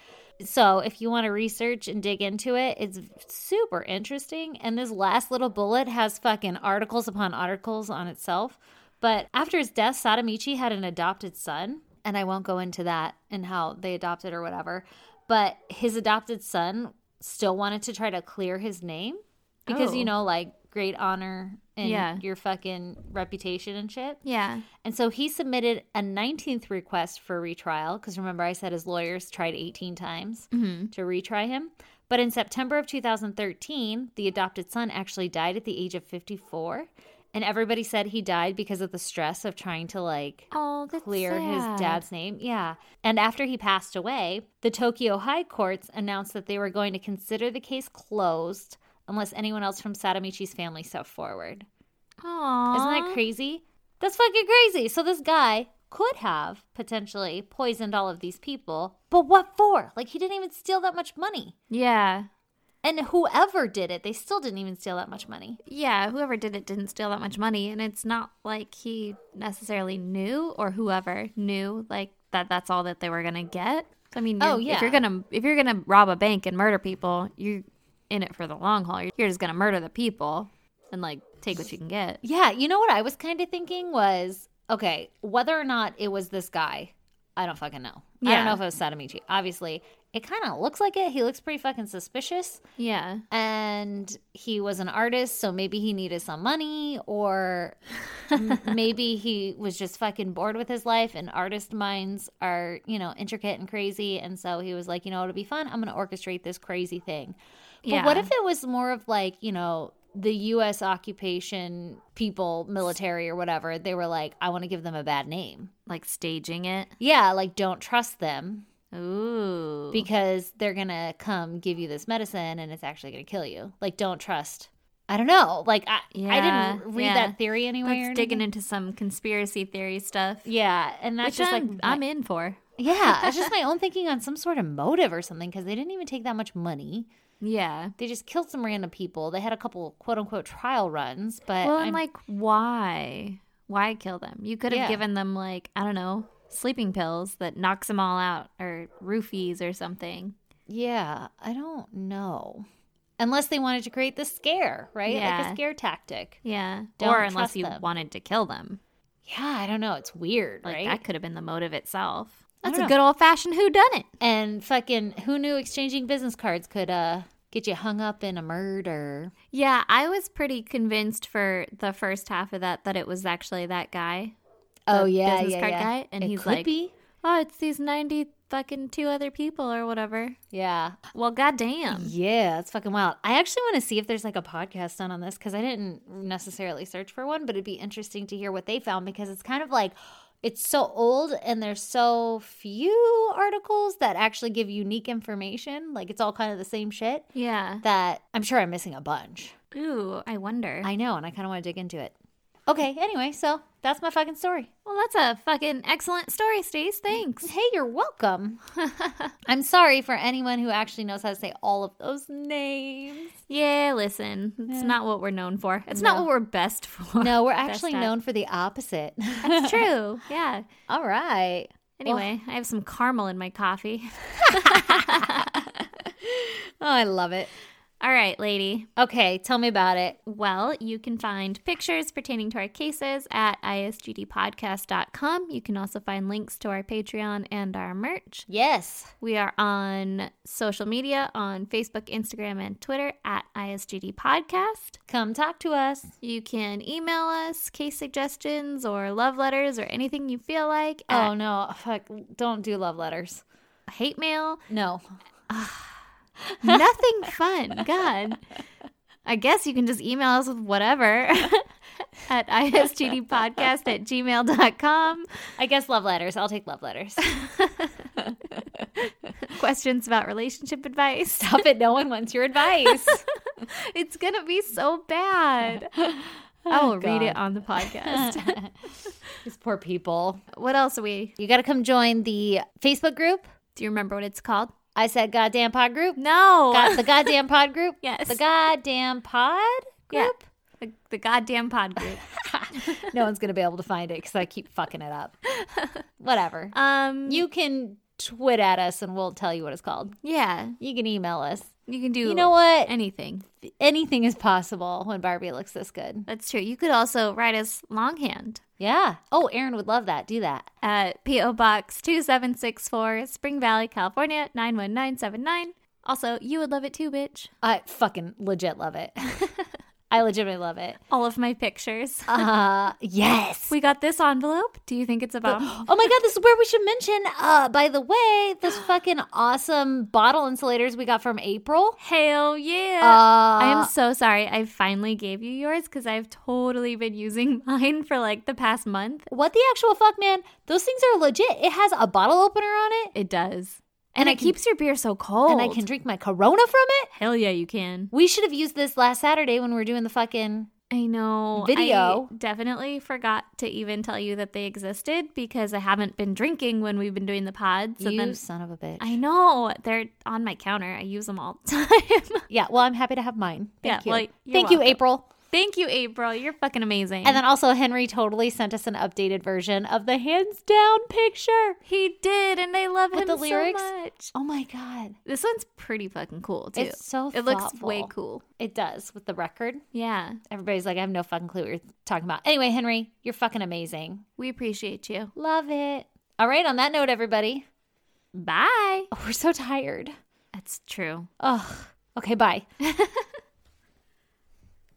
C: So, if you want to research and dig into it, it's super interesting. And this last little bullet has fucking articles upon articles on itself. But after his death, Sadamichi had an adopted son, and I won't go into that and how they adopted or whatever. But his adopted son still wanted to try to clear his name because
A: Oh.
C: you know, like great honor and
A: Yeah.
C: your fucking reputation and shit.
A: Yeah.
C: And so he submitted a 19th request for retrial because remember I said his lawyers tried 18 times to retry him. But in September of 2013, the adopted son actually died at the age of 54. And everybody said he died because of the stress of trying to like
A: Oh, that's
C: clear
A: sad.
C: his dad's name. Yeah. And after he passed away, the Tokyo High Courts announced that they were going to consider the case closed unless anyone else from Sadamichi's family stepped forward.
A: Aw.
C: Isn't that crazy? That's fucking crazy. So this guy could have potentially poisoned all of these people, but what for? Like he didn't even steal that much money.
A: Yeah.
C: And whoever did it, they still didn't even steal that much money.
A: Yeah, whoever did it didn't steal that much money, and it's not like he necessarily knew or whoever knew like that. That's all that they were gonna get. I mean,
C: Oh,
A: you're- if
C: yeah.
A: you're gonna if you're gonna rob a bank and murder people, you're in it for the long haul. You're just gonna murder the people and like take what you can get.
C: Yeah, you know what I was kind of thinking was okay, whether or not it was this guy, I don't fucking know. I
A: Yeah.
C: don't know if it was Sadamichi. Obviously, it kind of looks like it. He looks pretty fucking suspicious.
A: Yeah,
C: And he was an artist, so maybe he needed some money, or m- maybe he was just fucking bored with his life. And artist minds are, you know, intricate and crazy. And so he was like, you know, it'll be fun. I'm going to orchestrate this crazy thing. But
A: Yeah.
C: what if it was more of like, you know, the US occupation people, military or whatever, they were like, I want to give them a bad name.
A: like staging it.
C: Yeah, like don't trust them
A: Ooh,
C: because they're going to come give you this medicine and it's actually going to kill you. Like don't trust. I don't know. Like I, I
A: Yeah,
C: didn't read
A: yeah.
C: that theory anywhere.
A: let's digging into some conspiracy theory stuff.
C: Yeah, and that's
A: Which I'm,
C: just like my-
A: I'm in for.
C: yeah, that's just my own thinking on some sort of motive or something because they didn't even take that much money.
A: Yeah.
C: They just killed some random people. They had a couple quote unquote trial runs, but
A: Well,
C: I'm-
A: and like, why? Why kill them? You could have
C: Yeah.
A: given them like I don't know sleeping pills that knocks them all out, or roofies, or something.
C: Yeah, I don't know. Unless they wanted to create the scare, right? Like
A: Yeah.
C: a scare tactic.
A: Yeah,
C: Don't
A: or unless
C: trust
A: you
C: them.
A: wanted to kill them,
C: Yeah, I don't know. It's weird,
A: like
C: right?
A: that could have been the motive itself.
C: I
A: That's a
C: don't know.
A: good old fashioned who done it.
C: And fucking who knew exchanging business cards could uh get you hung up in a murder.
A: Yeah, I was pretty convinced for the first half of that that it was actually that guy.
C: Oh yeah,
A: business
C: yeah,
A: card
C: yeah.
A: guy, and
C: It
A: he's
C: could
A: like-
C: be.
A: Oh, it's these ninety fucking two other people or whatever.
C: Yeah.
A: Well, goddamn.
C: Yeah, it's fucking wild. I actually want to see if there's like a podcast done on this because I didn't necessarily search for one, but it'd be interesting to hear what they found because it's kind of like it's so old and there's so few articles that actually give unique information. Like it's all kind of the same shit
A: Yeah.
C: that I'm sure I'm missing a bunch.
A: Ooh, I wonder.
C: I know, and I kind of want to dig into it. Okay, anyway, so That's my fucking story.
A: Well, that's a fucking excellent story, Stace. Thanks.
C: Hey, you're welcome. I'm sorry for anyone who actually knows how to say all of those names.
A: Yeah, listen, it's not what we're known for. It's not
C: No.
A: what we're best for.
C: No, we're
A: Best
C: actually
A: at.
C: known for the opposite.
A: That's true. Yeah.
C: all right.
A: Anyway, I have some caramel in my coffee.
C: Oh, I love it.
A: All right, lady.
C: Okay, tell me about it.
A: Well, you can find pictures pertaining to our cases at isgdpodcast.com. You can also find links to our Patreon and our merch.
C: Yes.
A: We are on social media on Facebook, Instagram, and Twitter at ISGD Podcast.
C: Come talk to us.
A: You can email us case suggestions or love letters or anything you feel like
C: Oh
A: at
C: no, fuck, don't do love letters.
A: hate mail.
C: No.
A: Nothing fun. God. I guess you can just email us with whatever at isgdpodcast at gmail.com.
C: I guess love letters. I'll take love letters.
A: questions about relationship advice.
C: Stop it. No one wants your advice.
A: It's going to be so bad. I will read
C: Oh, God.
A: it on the podcast.
C: These poor people.
A: what else are we?
C: You got to come join the Facebook group.
A: Do you remember what it's called?
C: I said goddamn pod group.
A: No.
C: Got the goddamn pod group.
A: Yes.
C: The goddamn pod
A: Yeah.
C: group.
A: the, the goddamn pod group.
C: No one's going to be able to find it because I keep fucking it up. Whatever.
A: Um,
C: you can twit at us and we'll tell you what it's called.
A: yeah,
C: You can email us.
A: you can do
C: You know what?
A: anything.
C: Anything is possible when Barbie looks this good.
A: That's true. You could also write us longhand
C: Yeah. Oh, Aaron would love that. Do that.
A: at P.O. Box 2764, Spring Valley, California 91979. Also, you would love it too, bitch.
C: I fucking legit love it. I legitimately love it.
A: All of my pictures.
C: Uh, yes.
A: we got this envelope. Do you think it's a bomb?
C: Oh my god, this is where we should mention. Uh, by the way, those fucking awesome bottle insulators we got from April.
A: Hell yeah.
C: Uh,
A: I am so sorry. I finally gave you yours because I've totally been using mine for like the past month.
C: what the actual fuck, man? Those things are legit. It has a bottle opener on it,
A: It does.
C: And
A: And,
C: I
A: it
C: can-
A: keeps your beer so cold.
C: and I can drink my Corona from it.
A: Hell yeah, you can.
C: We should have used this last Saturday when we were doing the fucking.
A: I know.
C: Video.
A: I definitely forgot to even tell you that they existed because I haven't been drinking when we've been doing the pods.
C: you
A: And then
C: son of a bitch.
A: I know they're on my counter. I use them all the time.
C: yeah. Well, I'm happy to have mine. Thank
A: Yeah, well,
C: you.
A: you're
C: Thank you,
A: welcome.
C: April.
A: Thank you, April. You're fucking amazing.
C: And then also Henry totally sent us an updated version of the hands down picture.
A: he did, and I love
C: With
A: him
C: the
A: so
C: lyrics?
A: much.
C: Oh my god.
A: This one's pretty fucking cool too.
C: It's so
A: it looks way
C: thoughtful.
A: cool.
C: It does with the record.
A: Yeah,
C: Everybody's like, I have no fucking clue what you're talking about. Anyway, Henry, you're fucking amazing.
A: we appreciate you.
C: Love it. All right, on that note, everybody.
A: Bye.
C: Oh, we're so tired.
A: That's true.
C: Ugh. Okay, bye.